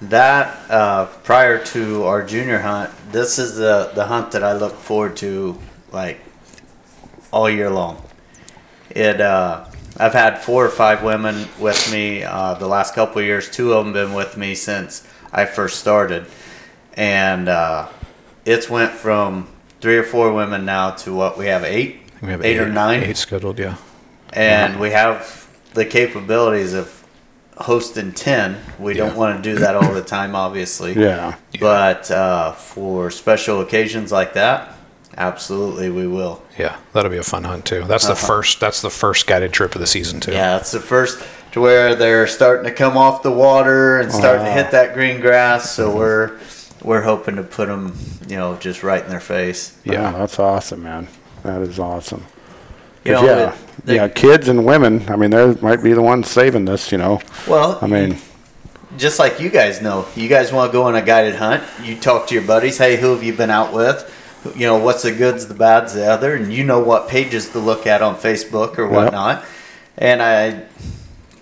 Speaker 5: that uh, prior to our junior hunt, this is the the hunt that I look forward to like all year long. It uh, I've had four or five women with me uh, the last couple of years. Two of them been with me since I first started, and uh, it's went from three or four women now to what we have eight,
Speaker 3: We have
Speaker 5: eight, or nine
Speaker 3: Eight scheduled, yeah.
Speaker 5: and we have the capabilities of hosting 10 we
Speaker 3: Yeah.
Speaker 5: don't want to do that all the time obviously
Speaker 1: Yeah.
Speaker 5: but uh, for special occasions like that absolutely we will
Speaker 3: Yeah, that'll be a fun hunt too. That's the first. That's the first guided trip of the season too.
Speaker 5: Uh-huh. yeah it's the first to where they're starting to come off the water and starting to hit that green grass so
Speaker 1: Mm-hmm.
Speaker 5: we're we're hoping to put them you know just right in their face
Speaker 1: Yeah, Oh,
Speaker 3: Yeah.
Speaker 1: that's awesome, man. That is awesome.
Speaker 5: you
Speaker 1: But
Speaker 5: know,
Speaker 1: yeah,
Speaker 5: they-
Speaker 1: yeah, kids and women. I mean, they might be the ones saving this. You know,
Speaker 5: well
Speaker 1: I mean.
Speaker 5: just like you guys know, you guys want to go on a guided hunt. You talk to your buddies. Hey, who have you been out with? You know what's the goods, the bads, the other, and you know what pages to look at on Facebook or whatnot. And I,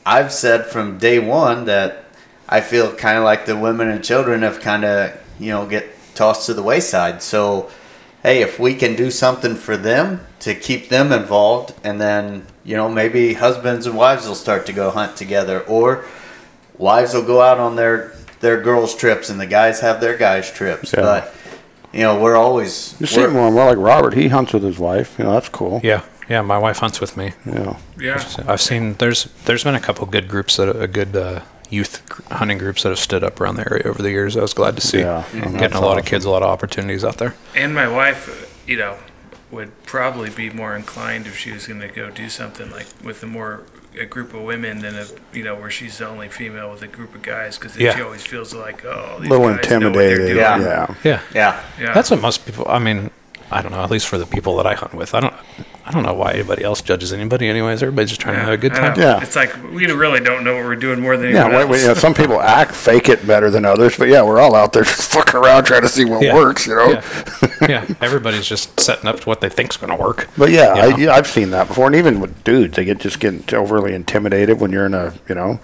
Speaker 5: I've said from day one that I feel kind of like the women and children have kind of you know get tossed to the wayside. So, hey, if we can do something for them to keep them involved, and then you know maybe husbands and wives will start to go hunt together, or wives will go out on their their girls trips and the guys have their guys trips
Speaker 1: Yeah.
Speaker 5: but you know we're always
Speaker 1: You seem
Speaker 5: we're-
Speaker 1: more, more like Robert. He hunts with his wife. You know, that's cool.
Speaker 3: yeah, yeah. My wife hunts with me.
Speaker 1: Yeah.
Speaker 2: Yeah.
Speaker 3: So I've seen there's there's been a couple good groups that a good uh, youth gr- hunting groups that have stood up around the area over the years. I was glad to see.
Speaker 1: Yeah, and
Speaker 3: getting a
Speaker 1: that's
Speaker 3: lot of kids, a lot of opportunities out there.
Speaker 2: And my wife, you know, would probably be more inclined if she was going to go do something like with a more a group of women than a you know where she's the only female with a group of guys because
Speaker 3: Yeah.
Speaker 2: she always feels like oh
Speaker 1: A
Speaker 2: these
Speaker 1: little
Speaker 2: guys know what they're
Speaker 1: intimidated.
Speaker 2: doing.
Speaker 1: Yeah.
Speaker 5: Yeah.
Speaker 1: yeah.
Speaker 3: Yeah.
Speaker 5: yeah
Speaker 2: Yeah.
Speaker 3: That's what most people. I mean, I don't know. At least for the people that I hunt with, I don't. I don't know why anybody else judges anybody. Anyways, everybody's just trying to have a good
Speaker 2: I don't
Speaker 3: time.
Speaker 2: know.
Speaker 1: Yeah.
Speaker 2: It's like we really don't know what we're doing more than
Speaker 1: Yeah,
Speaker 2: anyone
Speaker 1: wait,
Speaker 2: else.
Speaker 1: wait, yeah, some people act fake it better than others, but yeah, we're all out there just fucking around trying to see what
Speaker 3: Yeah.
Speaker 1: works, you know.
Speaker 3: Yeah. yeah, everybody's just setting up to what they think's going to work.
Speaker 1: But yeah, I,
Speaker 3: Yeah.
Speaker 1: yeah, I've seen that before, and even with dudes, they get just getting overly intimidated when you're in a, you know,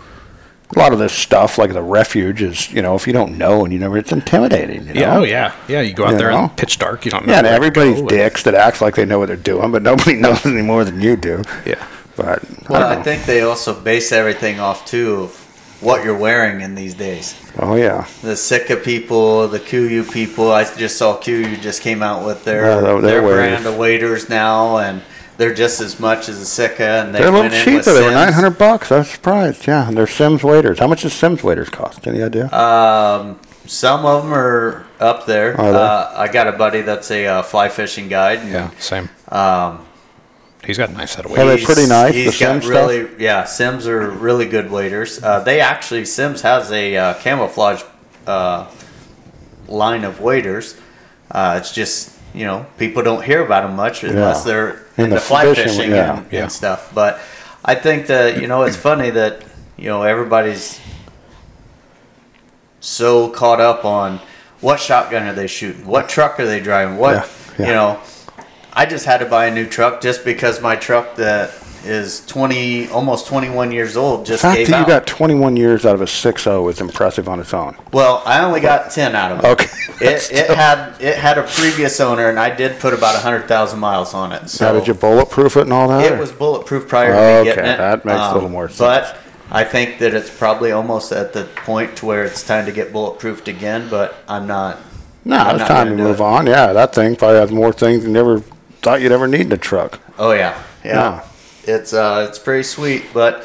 Speaker 1: a lot of this stuff like the refuge is, you know, if you don't know and you never, it's intimidating. You know?
Speaker 3: Yeah. Oh yeah. Yeah. You go out
Speaker 1: You
Speaker 3: there
Speaker 1: know?
Speaker 3: in pitch dark. You don't. know
Speaker 1: Yeah, and
Speaker 3: where to
Speaker 1: everybody's
Speaker 3: go.
Speaker 1: dicks that acts like they know what they're doing, but nobody knows any more than you do.
Speaker 3: Yeah.
Speaker 1: But
Speaker 5: well
Speaker 1: I
Speaker 5: i
Speaker 1: don't know.
Speaker 5: think they also base everything off too of what you're wearing in these days
Speaker 1: Oh yeah.
Speaker 5: the Sika people the QU people I just saw QU just came out with their
Speaker 1: Yeah, they're-
Speaker 5: their
Speaker 1: they're waders.
Speaker 5: brand of waders now and they're just as much as a Sika and they
Speaker 1: They're a
Speaker 5: went
Speaker 1: little
Speaker 5: in with
Speaker 1: cheaper. They were
Speaker 5: Sims.
Speaker 1: nine hundred bucks. I was surprised. Yeah, and they're Sims waiters. How much does Sims waiters cost? Any idea?
Speaker 5: Um, some of them are up there.
Speaker 1: Are they?
Speaker 5: Uh, I got a buddy that's a uh, fly fishing guide. And,
Speaker 3: Yeah. Same.
Speaker 5: Um,
Speaker 3: He's got a nice set of
Speaker 1: Are they
Speaker 3: weight.
Speaker 5: he's-
Speaker 1: pretty nice, the
Speaker 5: He's got
Speaker 1: Sims stuff?
Speaker 5: really, yeah. Sims are really good waders. Uh, they actually Sims has a uh, camouflage uh, line of waders. Uh, it's just you know people don't hear about them much unless they're
Speaker 1: In
Speaker 5: in
Speaker 1: the
Speaker 5: the fly
Speaker 1: fishing,
Speaker 5: fishing
Speaker 1: yeah.
Speaker 5: and,
Speaker 3: Yeah.
Speaker 5: and stuff. But I think that you know it's funny that you know everybody's so caught up on what shotgun are they shooting, what truck are they driving, what
Speaker 1: Yeah, yeah.
Speaker 5: you know. I just had to buy a new truck just because my truck that is twenty, almost twenty-one years old,
Speaker 1: The
Speaker 5: just
Speaker 1: fact
Speaker 5: gave
Speaker 1: that you got
Speaker 5: out.
Speaker 1: 21 years out of a 6.0 is impressive on its own.
Speaker 5: well, I only got ten out of it.
Speaker 1: Okay.
Speaker 5: It, it had it had a previous owner, and I did put about hundred thousand miles on it. So
Speaker 1: How did you bulletproof it and all that?
Speaker 5: It was bulletproof prior to me
Speaker 1: Okay,
Speaker 5: getting it. Um,
Speaker 1: that makes a little more sense.
Speaker 5: But I think that it's probably almost at the point to where it's time to get bulletproofed again. But I'm not.
Speaker 1: no,
Speaker 5: I'm
Speaker 1: it's
Speaker 5: not
Speaker 1: time to
Speaker 5: gonna do
Speaker 1: move
Speaker 5: it.
Speaker 1: on. Yeah, that thing probably has more things than you ever thought you'd ever need in a truck.
Speaker 5: Oh yeah, yeah. It's uh, it's pretty sweet, but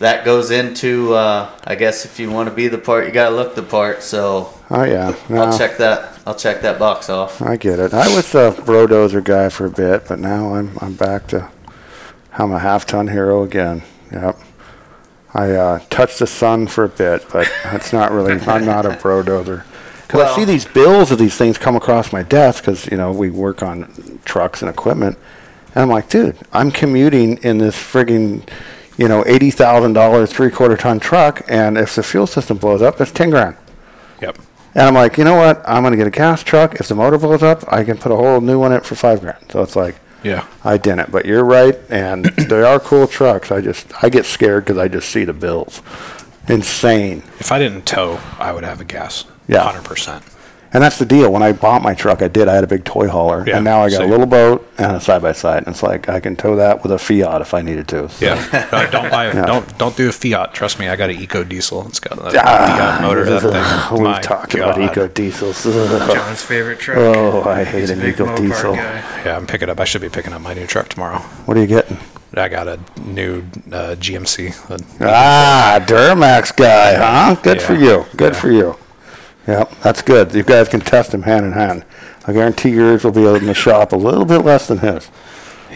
Speaker 5: that goes into uh, I guess if you want to be the part, you gotta look the part. So
Speaker 1: Oh, yeah.
Speaker 5: I'll
Speaker 1: no.
Speaker 5: check that. I'll check that box off.
Speaker 1: I get it. I was a bulldozer guy for a bit, but now I'm I'm back to I'm a half ton hero again. Yep. I uh, touched the sun for a bit, but that's not really. I'm not a bulldozer. Because I
Speaker 5: Well-
Speaker 1: see these bills of these things come across my desk because you know we work on trucks and equipment, and I'm like, dude, I'm commuting in this friggin', you know, eighty thousand dollar three quarter ton truck, and if the fuel system blows up, it's ten grand.
Speaker 3: Yep.
Speaker 1: And I'm like, you know what? I'm going to get a gas truck. If the motor blows up, I can put a whole new one in it for five grand. So it's like,
Speaker 3: Yeah.
Speaker 1: I didn't. But you're right. And they are cool trucks. I just, I get scared because I just see the bills. Insane.
Speaker 3: If I didn't tow, I would have a gas.
Speaker 1: Yeah.
Speaker 3: Hundred percent.
Speaker 1: And that's the deal. When I bought my truck, I did. I had a big toy hauler.
Speaker 3: Yeah,
Speaker 1: and now I got
Speaker 3: same.
Speaker 1: a little boat and a side by side. And it's like, I can tow that with a Fiat if I needed to. So-
Speaker 3: Yeah. No, don't buy. Don't don't do a Fiat. Trust me, I got an Eco Diesel. It's got a
Speaker 1: Ah,
Speaker 3: Fiat motor. That thing.
Speaker 1: We've
Speaker 3: My
Speaker 1: talked
Speaker 3: God.
Speaker 1: about eco diesels. oh,
Speaker 2: John's favorite truck.
Speaker 1: I hate
Speaker 2: He's a
Speaker 1: an
Speaker 2: big
Speaker 1: eco
Speaker 2: Mopar
Speaker 1: diesel.
Speaker 2: guy.
Speaker 3: Yeah, I'm picking up. I should be picking up my new truck tomorrow.
Speaker 1: What are you getting?
Speaker 3: I got a new uh, GMC. Uh,
Speaker 1: Ah, Duramax guy, huh? Good for
Speaker 3: Yeah.
Speaker 1: you. Good for you. Yep, that's good. You guys can test them hand in hand. I guarantee yours will be in the shop a little bit less than his.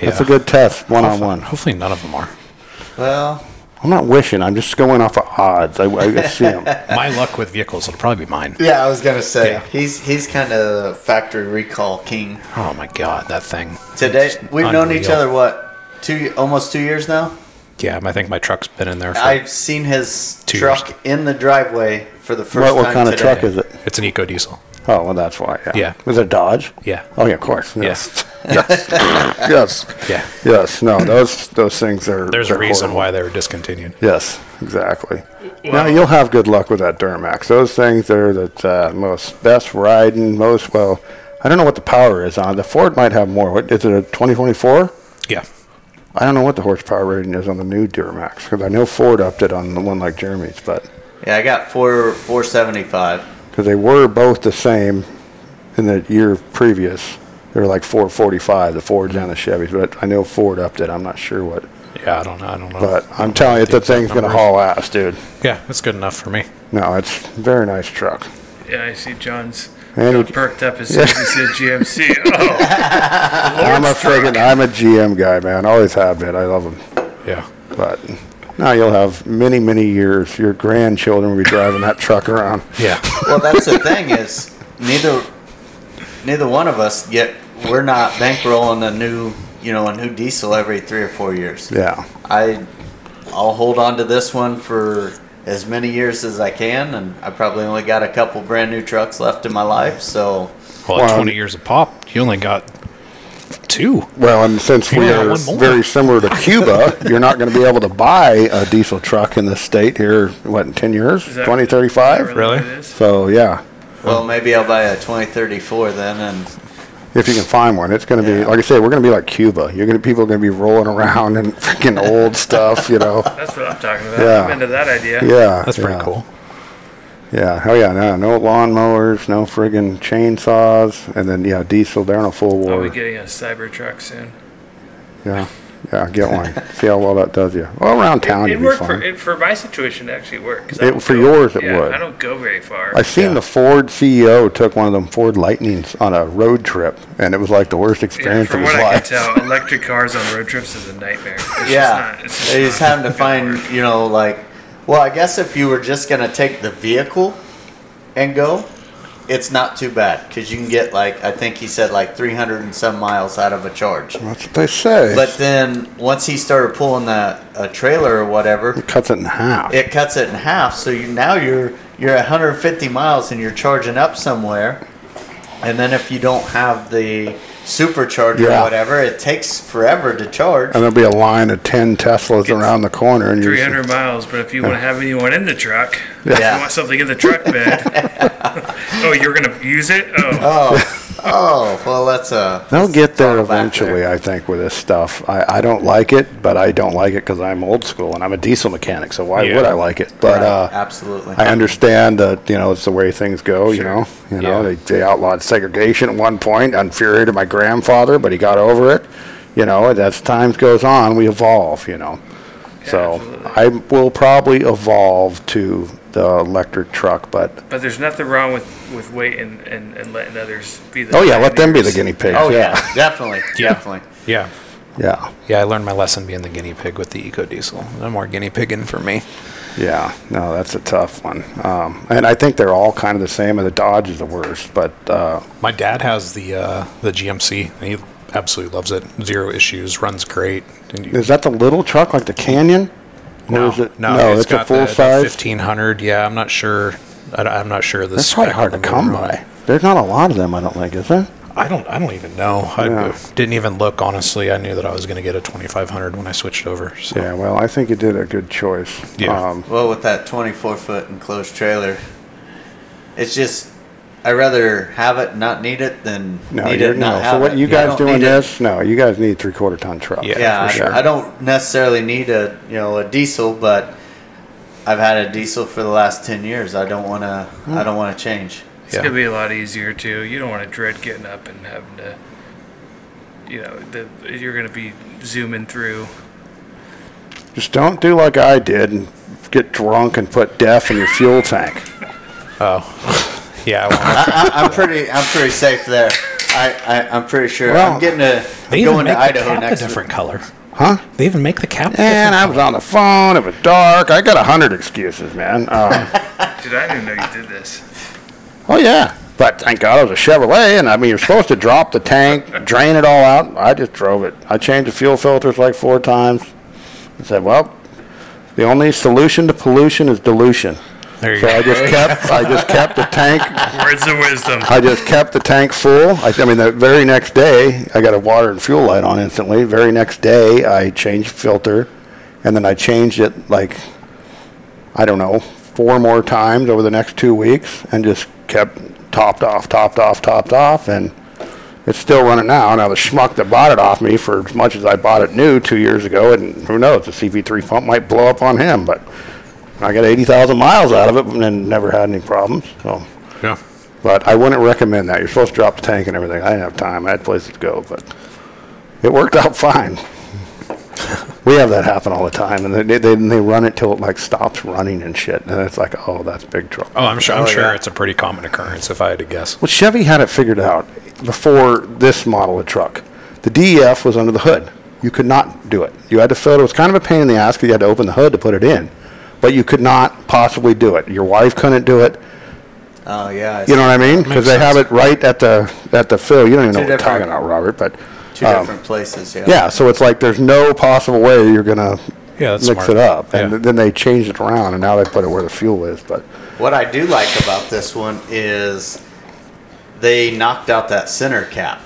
Speaker 1: That's a
Speaker 3: yeah.
Speaker 1: good test, one on one.
Speaker 3: Hopefully, none of them are.
Speaker 5: Well,
Speaker 1: I'm not wishing. I'm just going off of odds. I, I can see him.
Speaker 5: Uh,
Speaker 3: My luck with vehicles, it'll probably be mine.
Speaker 5: yeah, I was gonna say
Speaker 3: Yeah.
Speaker 5: he's he's kind of factory recall king.
Speaker 3: Oh my god, that thing.
Speaker 5: Today we've known each
Speaker 3: unreal.
Speaker 5: other what two almost two years now.
Speaker 3: Yeah, I think my truck's been in there. For,
Speaker 5: I've seen his
Speaker 3: Two
Speaker 5: truck
Speaker 3: years.
Speaker 5: in the driveway for the
Speaker 1: What,
Speaker 5: first
Speaker 1: what
Speaker 5: time
Speaker 1: kind of
Speaker 5: today.
Speaker 1: truck is it?
Speaker 3: it's an Eco Diesel.
Speaker 1: Oh, well, that's why. Yeah.
Speaker 3: Yeah.
Speaker 1: Was it a Dodge?
Speaker 3: Yeah.
Speaker 1: Oh, yeah, of course.
Speaker 3: Yes.
Speaker 1: Yes. yes.
Speaker 3: Yeah.
Speaker 1: Yes. No, those those things are.
Speaker 3: There's a
Speaker 1: they're
Speaker 3: reason
Speaker 1: horrible.
Speaker 3: why they were discontinued.
Speaker 1: Yes, exactly. now you'll have good luck with that Duramax. Those things are the uh, most best riding, most well. I don't know what the power is on it. the Ford. Might have more. What is it? A 2024?
Speaker 3: Yeah.
Speaker 1: I don't know what the horsepower rating is on the new Duramax because I know Ford upped it on the one like Jeremy's, but
Speaker 5: Yeah, I got four four seventy five.
Speaker 1: because they were both the same in the year previous. They were like 445, the Fords and the Chevys, but I know Ford upped it. I'm not sure what,
Speaker 3: Yeah, I don't know. I don't know.
Speaker 1: but I'm telling you, the thing's gonna haul ass, dude.
Speaker 3: yeah, it's good enough for me.
Speaker 1: No, it's a very nice truck.
Speaker 2: Yeah, I see John's
Speaker 1: And
Speaker 2: John
Speaker 1: he-
Speaker 2: perked up as soon as he said GMC. Oh,
Speaker 1: I'm a friggin' I'm a GM guy, man. Always have been. I love them.
Speaker 3: Yeah.
Speaker 1: But now you'll have many, many years. Your grandchildren will be driving that truck around.
Speaker 3: Yeah.
Speaker 5: Well, that's the thing is neither neither one of us get we're not bankrolling a new you know a new diesel every three or four years.
Speaker 1: Yeah.
Speaker 5: I I'll hold on to this one for as many years as I can, and I probably only got a couple brand new trucks left in my life. So
Speaker 3: Well,
Speaker 1: Well,
Speaker 3: at 20 years of pop, you only got two.
Speaker 1: Well, and since we
Speaker 3: Yeah,
Speaker 1: are
Speaker 3: one more.
Speaker 1: very similar to Cuba, you're not going to be able to buy a diesel truck in this state here, what, in 10 years?
Speaker 2: is that-
Speaker 1: 20,
Speaker 2: is
Speaker 1: 35?
Speaker 2: that what
Speaker 3: Really?
Speaker 2: it is?
Speaker 1: So, yeah.
Speaker 5: well, maybe I'll buy a 2034 then, and
Speaker 1: If you can find one, it's going to be,
Speaker 5: Yeah.
Speaker 1: like I said, we're going to be like Cuba. You're going to, people are going to be rolling around in freaking old stuff, you know?
Speaker 2: That's what I'm talking about.
Speaker 1: Yeah.
Speaker 2: I'm into that idea.
Speaker 1: Yeah.
Speaker 3: That's pretty
Speaker 1: yeah.
Speaker 3: cool.
Speaker 1: Yeah. Oh yeah. No, no lawnmowers, no friggin' chainsaws, and then yeah, diesel. They're in a full
Speaker 2: I'll
Speaker 1: war.
Speaker 2: be getting a Cybertruck soon.
Speaker 1: yeah. Yeah. Get one. See how well that does you. Well, around town
Speaker 2: It,
Speaker 1: you'd be
Speaker 2: worked for
Speaker 1: fine.
Speaker 2: it, for my situation. It actually worked. 'cause I
Speaker 1: It-
Speaker 2: don't
Speaker 1: for yours, it
Speaker 2: yeah,
Speaker 1: would.
Speaker 2: I don't go very far.
Speaker 1: I seen the Ford CEO took one of them Ford Lightnings on a road trip, and it was like the worst
Speaker 2: yeah,
Speaker 1: experience
Speaker 2: from
Speaker 1: of
Speaker 2: what
Speaker 1: his
Speaker 2: I can
Speaker 1: life.
Speaker 2: tell, electric cars on road trips is a nightmare. It's just
Speaker 5: yeah,
Speaker 2: not- it's just
Speaker 5: he's
Speaker 2: not
Speaker 5: having to
Speaker 2: gonna
Speaker 5: find
Speaker 2: work.
Speaker 5: you know like, well, I guess if you were just gonna take the vehicle and go, it's not too bad because you can get like I think he said like 300 and some miles out of a charge.
Speaker 1: That's what they say.
Speaker 5: But then once he started pulling the a trailer or whatever,
Speaker 1: it cuts it in half.
Speaker 5: it cuts it in half. So you now you're you're at 150 miles and you're charging up somewhere, and then if you don't have the supercharger
Speaker 1: Yeah.
Speaker 5: or whatever, it takes forever to charge.
Speaker 1: and there'll be a line of 10 Teslas around the corner. and you
Speaker 2: 300 miles, but if you want to have anyone in the truck,
Speaker 5: Yeah.
Speaker 2: you want something in the truck bed. oh, you're gonna use it? Oh,
Speaker 5: Oh, oh, well that's a.
Speaker 1: They'll get there
Speaker 5: throw it back
Speaker 1: eventually, I think, with this stuff. I, I don't like it, but I don't like it because I'm old school and I'm a diesel mechanic, so why
Speaker 3: Yeah.
Speaker 1: would I like it? But uh,
Speaker 5: Absolutely.
Speaker 1: I understand that you know it's the way things go. You know, you know
Speaker 3: Yeah.
Speaker 1: they, they outlawed segregation at one point. I Infuriated my grandfather, but he got over it. You know, and as time goes on, we evolve. You know, so
Speaker 2: absolutely.
Speaker 1: I will probably evolve to the electric truck. But
Speaker 2: but there's nothing wrong with with waiting and, and letting others be the.
Speaker 1: oh yeah, let them be the
Speaker 2: pioneers.
Speaker 1: guinea pigs.
Speaker 5: oh yeah, definitely,
Speaker 3: Yeah.
Speaker 5: definitely.
Speaker 3: Yeah.
Speaker 1: yeah,
Speaker 3: Yeah, I learned my lesson being the guinea pig with the eco diesel. No more guinea pigging for me.
Speaker 1: yeah. No, that's a tough one. Um, and I think they're all kind of the same. And the Dodge is the worst, but uh,
Speaker 3: My dad has the uh, the GMC. And he absolutely loves it. Zero issues. Runs great. And you-
Speaker 1: is that the little truck like the Canyon? Or
Speaker 3: no,
Speaker 1: is it-
Speaker 3: no,
Speaker 1: no,
Speaker 3: it's
Speaker 1: it's a
Speaker 3: got the-
Speaker 1: full
Speaker 3: the
Speaker 1: size?
Speaker 3: 1500. Yeah, I'm not sure. I, don't- I'm not sure. The
Speaker 1: That's probably
Speaker 3: spec
Speaker 1: hard to
Speaker 3: on the
Speaker 1: come
Speaker 3: motor on it.
Speaker 1: by. There's not a lot of them, I don't think, is there?
Speaker 3: I don't. I don't even know. I
Speaker 1: Yeah.
Speaker 3: didn't even look. Honestly, I knew that I was going to get a 2500 when I switched over. So.
Speaker 1: Yeah, well, I think you did a good choice.
Speaker 3: Yeah.
Speaker 1: Um,
Speaker 5: Well, with that 24 foot enclosed trailer, it's just I rather have it not need it than
Speaker 1: no,
Speaker 5: need
Speaker 1: you're,
Speaker 5: it
Speaker 1: no.
Speaker 5: not have
Speaker 1: So what
Speaker 5: it.
Speaker 1: you
Speaker 5: I
Speaker 1: guys
Speaker 5: don't
Speaker 1: doing
Speaker 5: need it-
Speaker 1: this? No, you guys need three quarter ton trucks.
Speaker 3: Yeah.
Speaker 5: Yeah,
Speaker 3: for
Speaker 5: I-
Speaker 3: sure.
Speaker 5: I don't necessarily need a you know a diesel, but I've had a diesel for the last 10 years. I don't want to.
Speaker 1: Hmm.
Speaker 5: I don't want to change.
Speaker 2: It's
Speaker 3: Yeah.
Speaker 2: gonna be a lot easier too. You don't want to dread getting up and having to. You know, the, you're gonna be zooming through.
Speaker 1: Just don't do like I did and get drunk and put DEF in your fuel tank.
Speaker 3: Oh, yeah. I won't.
Speaker 5: I, I'm pretty. I'm pretty safe there. I, I I'm pretty sure.
Speaker 1: Well,
Speaker 5: I'm getting a.
Speaker 3: They
Speaker 5: I'm
Speaker 3: even
Speaker 5: going
Speaker 3: make
Speaker 5: to
Speaker 3: the
Speaker 5: Idaho
Speaker 3: cap
Speaker 5: next.
Speaker 3: a different color.
Speaker 1: Huh?
Speaker 3: They even make the cap. a
Speaker 1: And
Speaker 3: different
Speaker 1: I was on the phone. It was dark. I got a hundred excuses, man. Uh,
Speaker 2: Dude, I didn't know you did this.
Speaker 1: oh yeah, but thank God it was a Chevrolet, and I mean you're supposed to drop the tank, drain it all out. I just drove it. I changed the fuel filters like four times. I said, well, the only solution to pollution is dilution.
Speaker 3: There you
Speaker 1: So I
Speaker 3: go.
Speaker 1: just kept, I just kept the tank,
Speaker 2: Words of wisdom.
Speaker 1: I just kept the tank full. I, I mean, the very next day, I got a water and fuel light on instantly. Very next day, I changed filter, and then I changed it like, I don't know, four more times over the next two weeks, and just kept topped off, topped off, topped off, and it's still running now. Now the schmuck that bought it off me for as much as I bought it new two years ago, and who knows, the CP3 pump might blow up on him, but. I got 80,000 miles out of it and never had any problems. So
Speaker 3: Yeah.
Speaker 1: but I wouldn't recommend that. You're supposed to drop the tank and everything. I didn't have time. I had places to go, but it worked out fine. we have that happen all the time, and they, they they run it till it like stops running and shit, and it's like, oh, that's big trouble.
Speaker 3: Oh, I'm sure. I'm
Speaker 1: Oh,
Speaker 3: sure
Speaker 1: yeah.
Speaker 3: it's a pretty common occurrence if I had to guess.
Speaker 1: Well, Chevy had it figured out before this model of truck. The DEF was under the hood. You could not do it. You had to fill it. It was kind of a pain in the ass because you had to open the hood to put it in, but you could not possibly do it. Your wife couldn't do it.
Speaker 5: Oh yeah. I
Speaker 1: You know what I mean?
Speaker 3: Makes
Speaker 1: Because they have it right at the at the fill. You don't even know what
Speaker 5: Two
Speaker 1: we're talking
Speaker 5: different-
Speaker 1: about, Robert. But
Speaker 5: Two
Speaker 1: um,
Speaker 5: different places. Yeah.
Speaker 1: yeah, so it's like there's no possible way you're gonna
Speaker 3: Yeah,
Speaker 1: mix
Speaker 3: that's smart.
Speaker 1: it up, and
Speaker 3: Yeah.
Speaker 1: then they changed it around, and now they put it where the fuel is. But
Speaker 5: What I do like about this one is they knocked out that center cap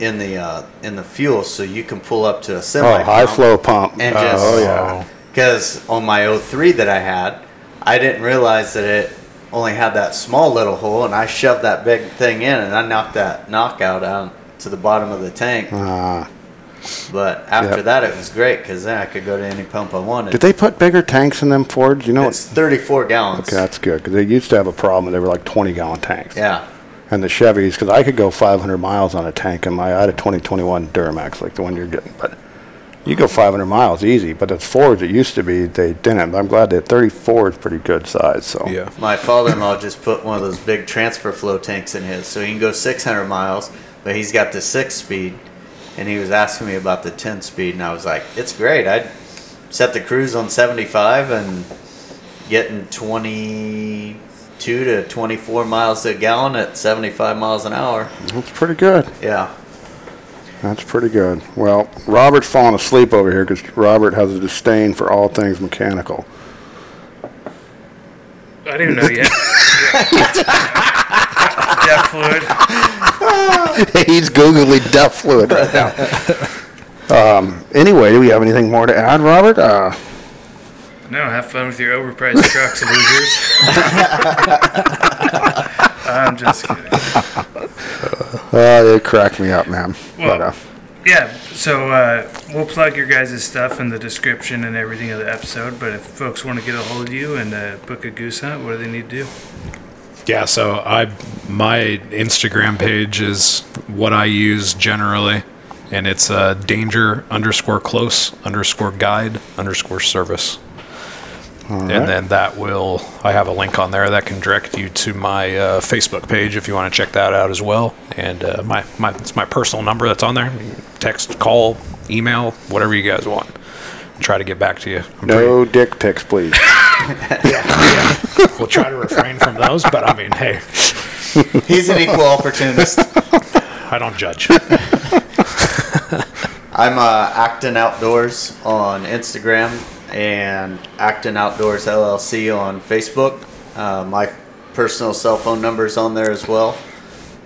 Speaker 5: in the uh, in the fuel, so you can pull up to a
Speaker 1: oh,
Speaker 5: semi.
Speaker 1: high flow pump.
Speaker 5: And
Speaker 1: oh
Speaker 5: just,
Speaker 1: yeah,
Speaker 5: Because on my 03 that I had, I didn't realize that it only had that small little hole, and I shoved that big thing in, and I knocked that knockout out to the bottom of the tank.
Speaker 1: Ah.
Speaker 5: But after
Speaker 1: Yep.
Speaker 5: that, it was great because then I could go to any pump I wanted.
Speaker 1: did they put bigger tanks in them Fords? You know,
Speaker 5: it's 34 gallons.
Speaker 1: okay, that's good because they used to have a problem. They were like 20 gallon tanks.
Speaker 5: Yeah.
Speaker 1: and the Chevys because I could go 500 miles on a tank. And my I had a 2021 Duramax like the one you're getting, but you go 500 miles easy. But the Fords it used to be they didn't. I'm glad that 34 is pretty good size. So
Speaker 3: Yeah.
Speaker 5: My father-in-law just put one of those big transfer flow tanks in his, so he can go 600 miles, but he's got the six-speed, and he was asking me about the 10-speed, and I was like, "It's great. I'd set the cruise on 75 and getting 20, 22 to 24 miles a gallon at 75 miles an hour.
Speaker 1: That's pretty good.
Speaker 5: Yeah.
Speaker 1: That's pretty good. Well, Robert's falling asleep over here because Robert has a disdain for all things mechanical.
Speaker 2: I didn't know yet. yeah. yeah, fluid.
Speaker 1: He's googly duck fluid right now. um, anyway, do we have anything more to add, Robert? Uh,
Speaker 2: No, have fun with your overpriced trucks, losers. I'm just kidding.
Speaker 1: uh, they cracked me up, man. but, uh,
Speaker 2: Yeah, so uh, we'll plug your guys' stuff in the description and everything of the episode. But if folks want to get a hold of you and uh, book a goose hunt, what do they need to do?
Speaker 3: Yeah, so I my Instagram page is what I use generally, and it's uh, danger underscore close underscore guide underscore service, and then that will I have a link on there that can direct you to my uh, Facebook page if you want to check that out as well. And uh, my my it's my personal number that's on there. Text, call, email, whatever you guys want. Try to get back to you. I'm pretty-
Speaker 1: no dick pics, please.
Speaker 3: we'll try to refrain from those, but I mean, hey,
Speaker 5: He's an equal opportunist.
Speaker 3: I don't judge.
Speaker 5: I'm uh, Acton Outdoors on Instagram and Acton Outdoors LLC on Facebook. Uh, my personal cell phone number is on there as well.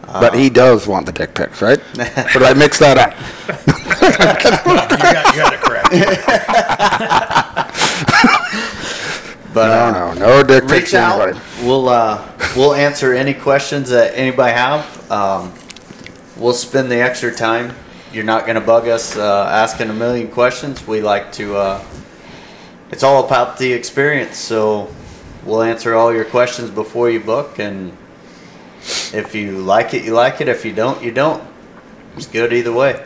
Speaker 1: but he does want the dick pics, right? But I mix that up?
Speaker 3: you, got, you got it correct.
Speaker 5: But
Speaker 1: No,
Speaker 5: uh,
Speaker 1: no, no dick pics.
Speaker 5: reach
Speaker 1: to
Speaker 5: out.
Speaker 1: anybody.
Speaker 5: We'll uh, we'll answer any questions that anybody have. Um, we'll spend the extra time. You're not going to bug us uh, asking a million questions. We like to. Uh, it's all about the experience, so we'll answer all your questions before you book. And if you like it, you like it. If you don't, you don't. It's good either way.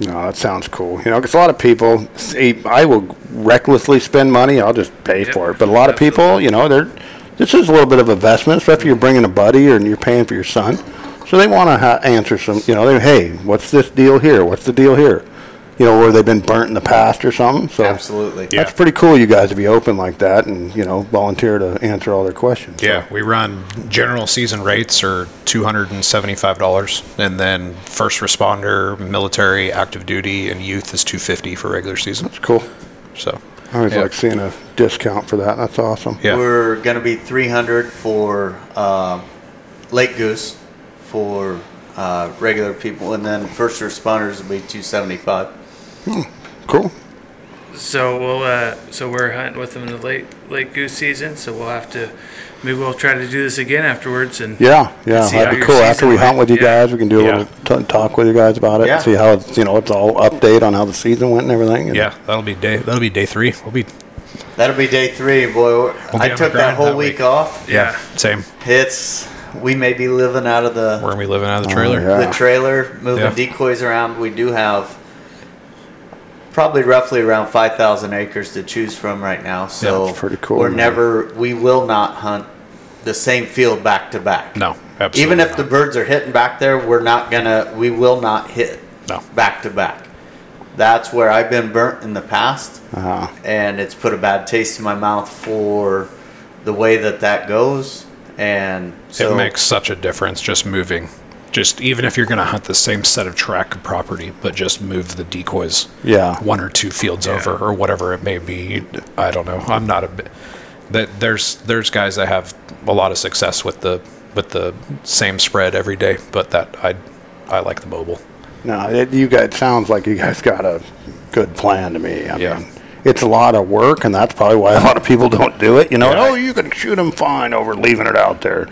Speaker 1: No, that sounds cool. You know, 'cause a lot of people, see, I will recklessly spend money. I'll just pay
Speaker 2: Yep.
Speaker 1: for it. But a lot of people, you know, they're this is a little bit of investment, especially if you're bringing a buddy or you're paying for your son. So they want to ha- answer some. You know, they hey, what's this deal here? What's the deal here? You know, where they've been burnt in the past or something. So
Speaker 5: Absolutely.
Speaker 3: Yeah.
Speaker 1: that's pretty cool. You guys to be open like that and you know volunteer to answer all their questions. So,
Speaker 3: Yeah, we run general season rates are two hundred and seventy-five dollars, and then first responder, military, active duty, and youth is two fifty for regular season.
Speaker 1: it's cool.
Speaker 3: So,
Speaker 1: I always
Speaker 3: Yeah.
Speaker 1: like seeing a discount for that. That's awesome.
Speaker 3: yeah,
Speaker 5: We're going to be 300 for uh, Lake Goose for uh, regular people, and then first responders will be 275.
Speaker 1: Cool.
Speaker 2: So we'll uh, so we're hunting with them in the late late goose season. So we'll have to maybe we'll try to do this again afterwards. And
Speaker 1: Yeah, yeah,
Speaker 2: see how
Speaker 1: that'd be
Speaker 2: your
Speaker 1: cool. After
Speaker 2: season
Speaker 1: we
Speaker 2: went.
Speaker 1: hunt with you
Speaker 2: Yeah.
Speaker 1: guys, we can do a
Speaker 3: Yeah.
Speaker 1: little t- talk with you guys about it.
Speaker 5: Yeah.
Speaker 1: and See how it's you know it's all update on how the season went and everything. and-
Speaker 3: yeah, that'll be day. That'll be day three. We'll be
Speaker 5: That'll be day three, boy.
Speaker 3: We'll be
Speaker 5: I
Speaker 3: on
Speaker 5: took
Speaker 3: the grind
Speaker 5: that whole
Speaker 3: that
Speaker 5: week,
Speaker 3: week.
Speaker 5: off.
Speaker 2: Yeah.
Speaker 3: same.
Speaker 5: It's we may be living out of
Speaker 3: We're
Speaker 5: the
Speaker 3: gonna be living out of the trailer.
Speaker 1: Oh, yeah.
Speaker 5: the trailer, moving
Speaker 3: Yeah.
Speaker 5: decoys around. We do have probably roughly around 5,000 acres to choose from right now. So
Speaker 1: that's pretty cool,
Speaker 5: We're
Speaker 1: man.
Speaker 5: never we will not hunt the same field back to back.
Speaker 3: No, absolutely.
Speaker 5: Even if the
Speaker 3: not.
Speaker 5: birds are hitting back there, we're not gonna, we will not hit
Speaker 3: No.
Speaker 5: back to back. That's where I've been burnt in the past,
Speaker 1: Uh-huh.
Speaker 5: and it's put a bad taste in my mouth for the way that that goes. And so,
Speaker 3: it makes such a difference just moving. Just even if you're gonna hunt the same set of track of property, but just move the decoys.
Speaker 1: Yeah.
Speaker 3: one or two fields over or whatever it may be. I don't know. I'm not a bi- that there's there's guys that have a lot of success with the with the same spread every day, but that I I like the mobile.
Speaker 1: No, it, you guys it sounds like you guys got a good plan to me. I
Speaker 3: Yeah.
Speaker 1: mean, it's a lot of work, and that's probably why a lot of people don't do it. You know,
Speaker 3: Yeah.
Speaker 1: oh, you can shoot them fine over leaving it out there,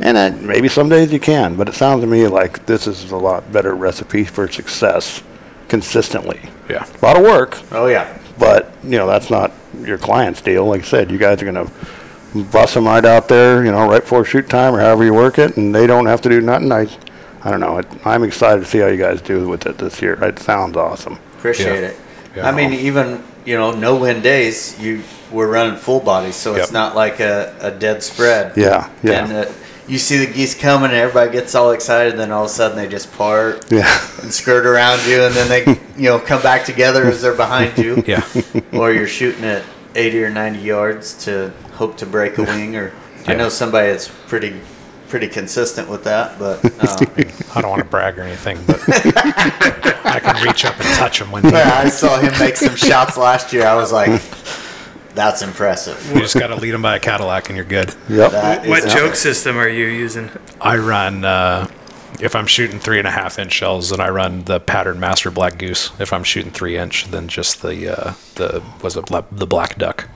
Speaker 1: and it, maybe some days you can. But it sounds to me like this is a lot better recipe for success consistently.
Speaker 3: Yeah.
Speaker 1: A lot of work,
Speaker 5: oh yeah,
Speaker 1: But you know that's not your client's deal. Like I said, you guys are gonna bust them right out there, you know, right before shoot time or however you work it, and they don't have to do nothing. I, I don't know. It, I'm excited to see how you guys do with it this year. It sounds awesome.
Speaker 5: appreciate
Speaker 3: Yeah.
Speaker 5: it.
Speaker 3: Yeah.
Speaker 5: I mean, even you know, no win days, you we're running full body, so it's
Speaker 3: Yep.
Speaker 5: not like a, a dead spread.
Speaker 1: Yeah, yeah,
Speaker 5: And uh, you see the geese coming, and everybody gets all excited, then all of a sudden they just part.
Speaker 1: yeah.
Speaker 5: and skirt around you, and then they, you know, come back together as they're behind you.
Speaker 3: Yeah.
Speaker 5: Or you're shooting at 80 or 90 yards to hope to break a wing or I know somebody that's pretty pretty consistent with that, but um,
Speaker 3: I don't want to brag or anything, but I can reach up and touch him when he-
Speaker 5: yeah, I saw him make some shots last year. I was like, that's impressive.
Speaker 3: you just got to lead him by a Cadillac and you're good.
Speaker 1: Yep.
Speaker 5: That is
Speaker 2: What joke system are you using?
Speaker 3: I run uh, if I'm shooting three and a half inch shells, then I run the pattern master black goose. If I'm shooting three inch, then just the uh, the was it bla- the black duck?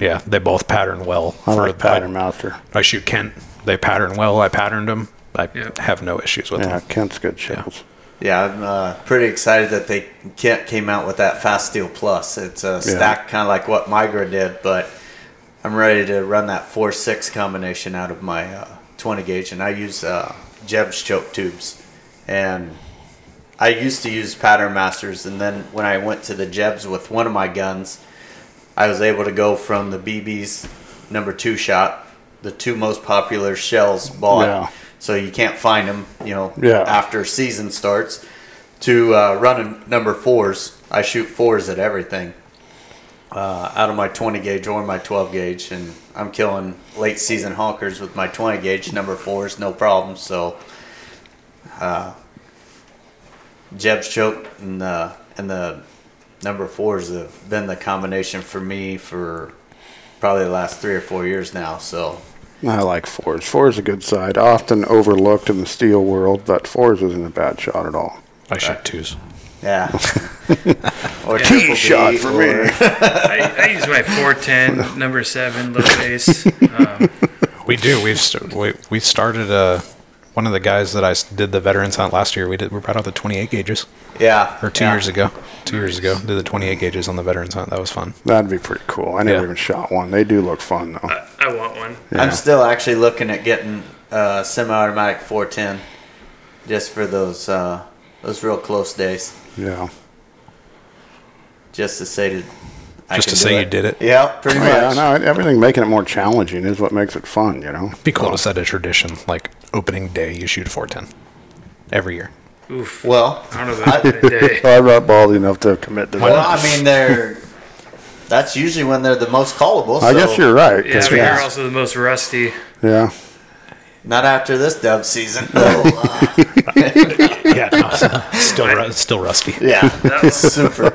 Speaker 3: Yeah, they both pattern well.
Speaker 1: I
Speaker 3: for
Speaker 1: like
Speaker 3: the-
Speaker 1: pattern master.
Speaker 3: I, I shoot Kent. They pattern well. I patterned them. I
Speaker 2: Yeah.
Speaker 3: have no issues with
Speaker 1: Yeah,
Speaker 3: them.
Speaker 1: Kent's good shells.
Speaker 5: Yeah, I'm uh, pretty excited that they ca- came out with that Fast Steel Plus. It's a stack kind of like what Migra did, but I'm ready to run that 4 6 combination out of my uh, 20 gauge, and I use uh, Jeb's choke tubes. And I used to use Pattern Masters, and then when I went to the Jebs with one of my guns, I was able to go from the BB's number two shot, the two most popular shells bought.
Speaker 1: Yeah.
Speaker 5: So you can't find them, you know,
Speaker 1: Yeah.
Speaker 5: after season starts. To uh, running number fours, I shoot fours at everything uh, out of my 20 gauge or my 12 gauge, and I'm killing late season honkers with my 20 gauge number fours, no problem. So, uh, Jeb's choke and the and the number fours have been the combination for me for probably the last three or four years now. So,
Speaker 1: I like fours. Fours is a good side, often overlooked in the steel world, but fours isn't a bad shot at all.
Speaker 3: I shoot twos.
Speaker 5: yeah, or
Speaker 2: Yeah.
Speaker 5: triple B
Speaker 1: Shot for me.
Speaker 5: or-
Speaker 2: I, I use my 410 number seven low base. Um,
Speaker 3: We do. We've st- we we started uh One of the guys that I s- did the veterans hunt last year, we did we brought out the 28 gauges,
Speaker 5: Yeah,
Speaker 3: or two
Speaker 5: yeah.
Speaker 3: years ago, two years ago, did the 28 gauges on the veterans hunt. That was fun.
Speaker 1: That'd be pretty cool. I never
Speaker 3: Yeah.
Speaker 1: even shot one. They do look fun though.
Speaker 2: I, I want one.
Speaker 1: Yeah.
Speaker 5: I'm still actually looking at getting uh, semi-automatic 410, just for those uh, those real close days,
Speaker 1: yeah.
Speaker 5: just to say to. I
Speaker 3: Just
Speaker 5: can
Speaker 3: to
Speaker 5: do
Speaker 3: say you did it.
Speaker 5: Yeah, pretty
Speaker 1: Oh,
Speaker 5: much.
Speaker 1: yeah, no, everything making it more challenging is what makes it fun, you know.
Speaker 3: Be cool to set a tradition like opening day you shoot a 410 every year.
Speaker 2: Oof.
Speaker 5: Well,
Speaker 2: I don't know about that day.
Speaker 1: I'm not ballsy enough to commit to
Speaker 5: well,
Speaker 1: that.
Speaker 5: I mean they're. That's usually when they're the most callable.
Speaker 1: I
Speaker 5: so
Speaker 1: guess you're right. 'cause
Speaker 2: Yeah, but
Speaker 1: yeah.
Speaker 2: you're also the most rusty.
Speaker 1: yeah.
Speaker 5: Not after this dove season. Oh, uh,
Speaker 3: Yeah, no, still ru- still rusty.
Speaker 5: yeah,
Speaker 2: That was
Speaker 5: super.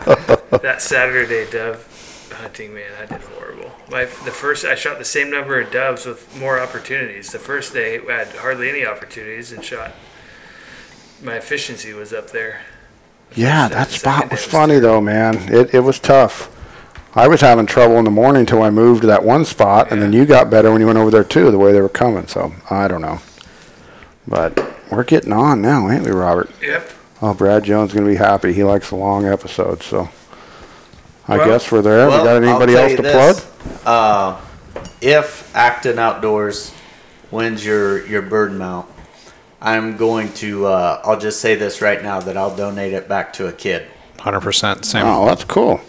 Speaker 2: that Saturday dove hunting, man, I did horrible. My the first I shot the same number of doves with more opportunities. The first day I had hardly any opportunities and shot. My efficiency was up there.
Speaker 1: Yeah, that
Speaker 2: That second
Speaker 1: spot
Speaker 2: day
Speaker 1: was
Speaker 2: was
Speaker 1: funny though, man. It it was tough. I was having trouble in the morning until I moved to that one spot, and then you got better when you went over there too, the way they were coming. So I don't know, but we're getting on now, ain't we, Robert?
Speaker 2: Yep.
Speaker 1: Oh, Brad Jones is gonna be happy. He likes the long episodes, so I
Speaker 2: Well-
Speaker 1: guess we're there. we got
Speaker 5: I'll
Speaker 1: anybody
Speaker 5: tell
Speaker 1: else
Speaker 5: you
Speaker 1: to plug?
Speaker 5: this, Uh, if Acton Outdoors wins your your bird mount, I'm going to. Uh, I'll just say this right now that I'll donate it back to a kid.
Speaker 3: 100% same.
Speaker 1: Oh, that's cool.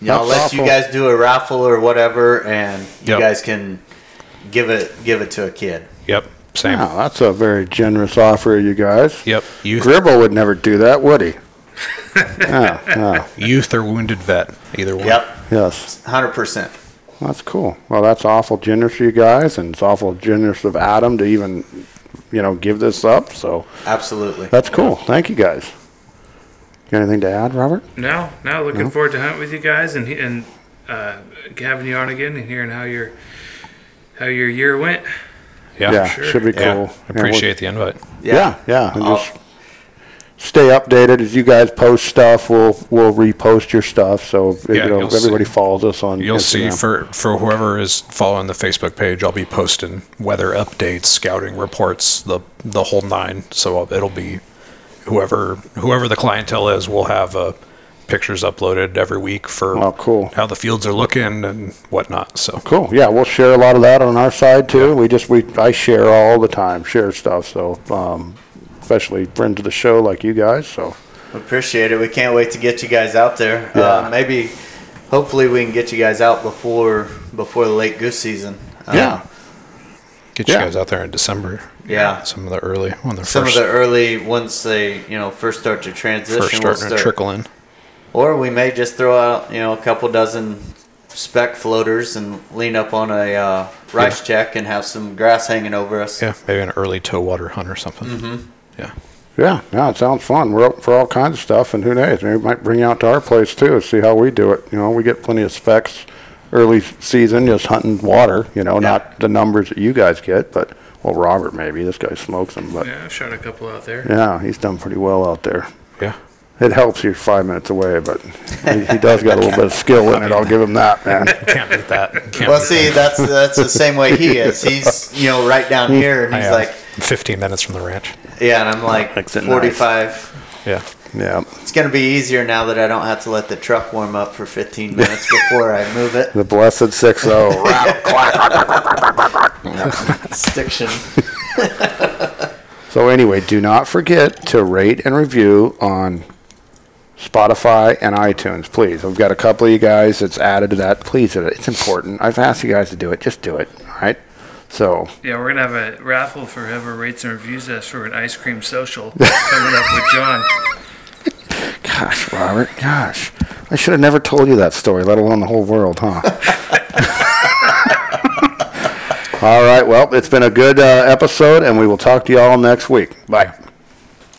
Speaker 5: Yeah, I'll let
Speaker 1: That's
Speaker 5: you
Speaker 1: awful.
Speaker 5: guys do a raffle or whatever, and you
Speaker 3: Yep.
Speaker 5: guys can give it give it to a kid.
Speaker 3: Yep, same.
Speaker 1: Wow, that's a very generous offer, you guys.
Speaker 3: Yep, youth,
Speaker 1: Gribble would never do that, would he? yeah, yeah,
Speaker 3: youth or wounded vet, either one.
Speaker 5: Yep,
Speaker 1: yes.
Speaker 5: hundred percent.
Speaker 1: That's cool. Well, that's awful generous of you guys, and it's awful generous of Adam to even, you know, give this up. So
Speaker 5: Absolutely.
Speaker 1: that's cool. Thank you guys. Got anything to add, Robert?
Speaker 2: No, no. Looking forward to hunt with you guys and he- and uh, having you on again and hearing how your how your year went.
Speaker 3: Yeah,
Speaker 1: yeah,
Speaker 2: sure.
Speaker 1: should be cool.
Speaker 3: Yeah,
Speaker 1: Yeah, we'll-
Speaker 3: appreciate the invite.
Speaker 1: Yeah, yeah, and
Speaker 5: I'll-
Speaker 1: just stay updated as you guys post stuff. We'll we'll repost your stuff so
Speaker 3: Yeah,
Speaker 1: you know
Speaker 3: you'll see-
Speaker 1: everybody follows us on.
Speaker 3: You'll see
Speaker 1: Instagram.
Speaker 3: for for whoever is following the Facebook page, I'll be posting weather updates, scouting reports, the the whole nine. So it'll be whoever whoever the clientele is, will have uh, pictures uploaded every week for
Speaker 1: Oh, cool.
Speaker 3: how the fields are looking and whatnot. So
Speaker 1: Cool. Yeah, we'll share a lot of that on our side too. We just we I share all the time, share stuff. So um, especially friends of the show like you guys. So.
Speaker 5: Appreciate it. We can't wait to get you guys out there. Uh, maybe, hopefully, we can get you guys out before before the late goose season. Uh,
Speaker 1: Yeah.
Speaker 3: get you
Speaker 1: Yeah.
Speaker 3: guys out there in December.
Speaker 5: Yeah.
Speaker 3: some of the early on the
Speaker 5: Some
Speaker 3: first,
Speaker 5: of the early once they you know first start to transition,
Speaker 3: first
Speaker 5: we'll
Speaker 3: starting to
Speaker 5: start-
Speaker 3: trickle in.
Speaker 5: or we may just throw out you know a couple dozen spec floaters and lean up on a uh, rice check and have some grass hanging over us.
Speaker 3: Yeah, maybe an early toe water hunt or something.
Speaker 5: Mm-hmm.
Speaker 3: Yeah.
Speaker 1: Yeah, no, it sounds fun. We're open for all kinds of stuff, and who knows? Maybe we might bring you out to our place too, see how we do it. You know, we get plenty of specs early season, just hunting water. You know, not the numbers that you guys get, but well, Robert maybe this guy smokes them, but
Speaker 2: Yeah, I shot a couple out there.
Speaker 1: yeah, he's done pretty well out there.
Speaker 3: Yeah.
Speaker 1: It helps you five minutes away, but he, he does got a little bit of skill in it. I'll give him that, man.
Speaker 3: Can't beat that. Can't
Speaker 5: Well,
Speaker 3: beat
Speaker 5: see, that's that's the same way he is. He's you know right down here, and
Speaker 3: that.
Speaker 5: he's
Speaker 3: Yeah,
Speaker 5: like,
Speaker 3: 15 minutes from the ranch.
Speaker 5: yeah, and I'm like
Speaker 1: Makes it nice.
Speaker 5: 45.
Speaker 3: Yeah.
Speaker 1: Yeah,
Speaker 5: It's gonna be easier now that I don't have to let the truck warm up for 15 minutes before I move it.
Speaker 1: the blessed six zero.
Speaker 5: Stiction.
Speaker 1: So anyway, do not forget to rate and review on Spotify and iTunes, please. I've got a couple of you guys that's added to that. Please, it- it's important. I've asked you guys to do it. Just do it. All right. So
Speaker 2: Yeah, we're gonna have a raffle for whoever rates and reviews us for an ice cream social coming up with John.
Speaker 1: Gosh, Robert, gosh. I should have never told you that story, let alone the whole world, huh? all right, well, it's been a good uh, episode, and we will talk to you all next week. Bye.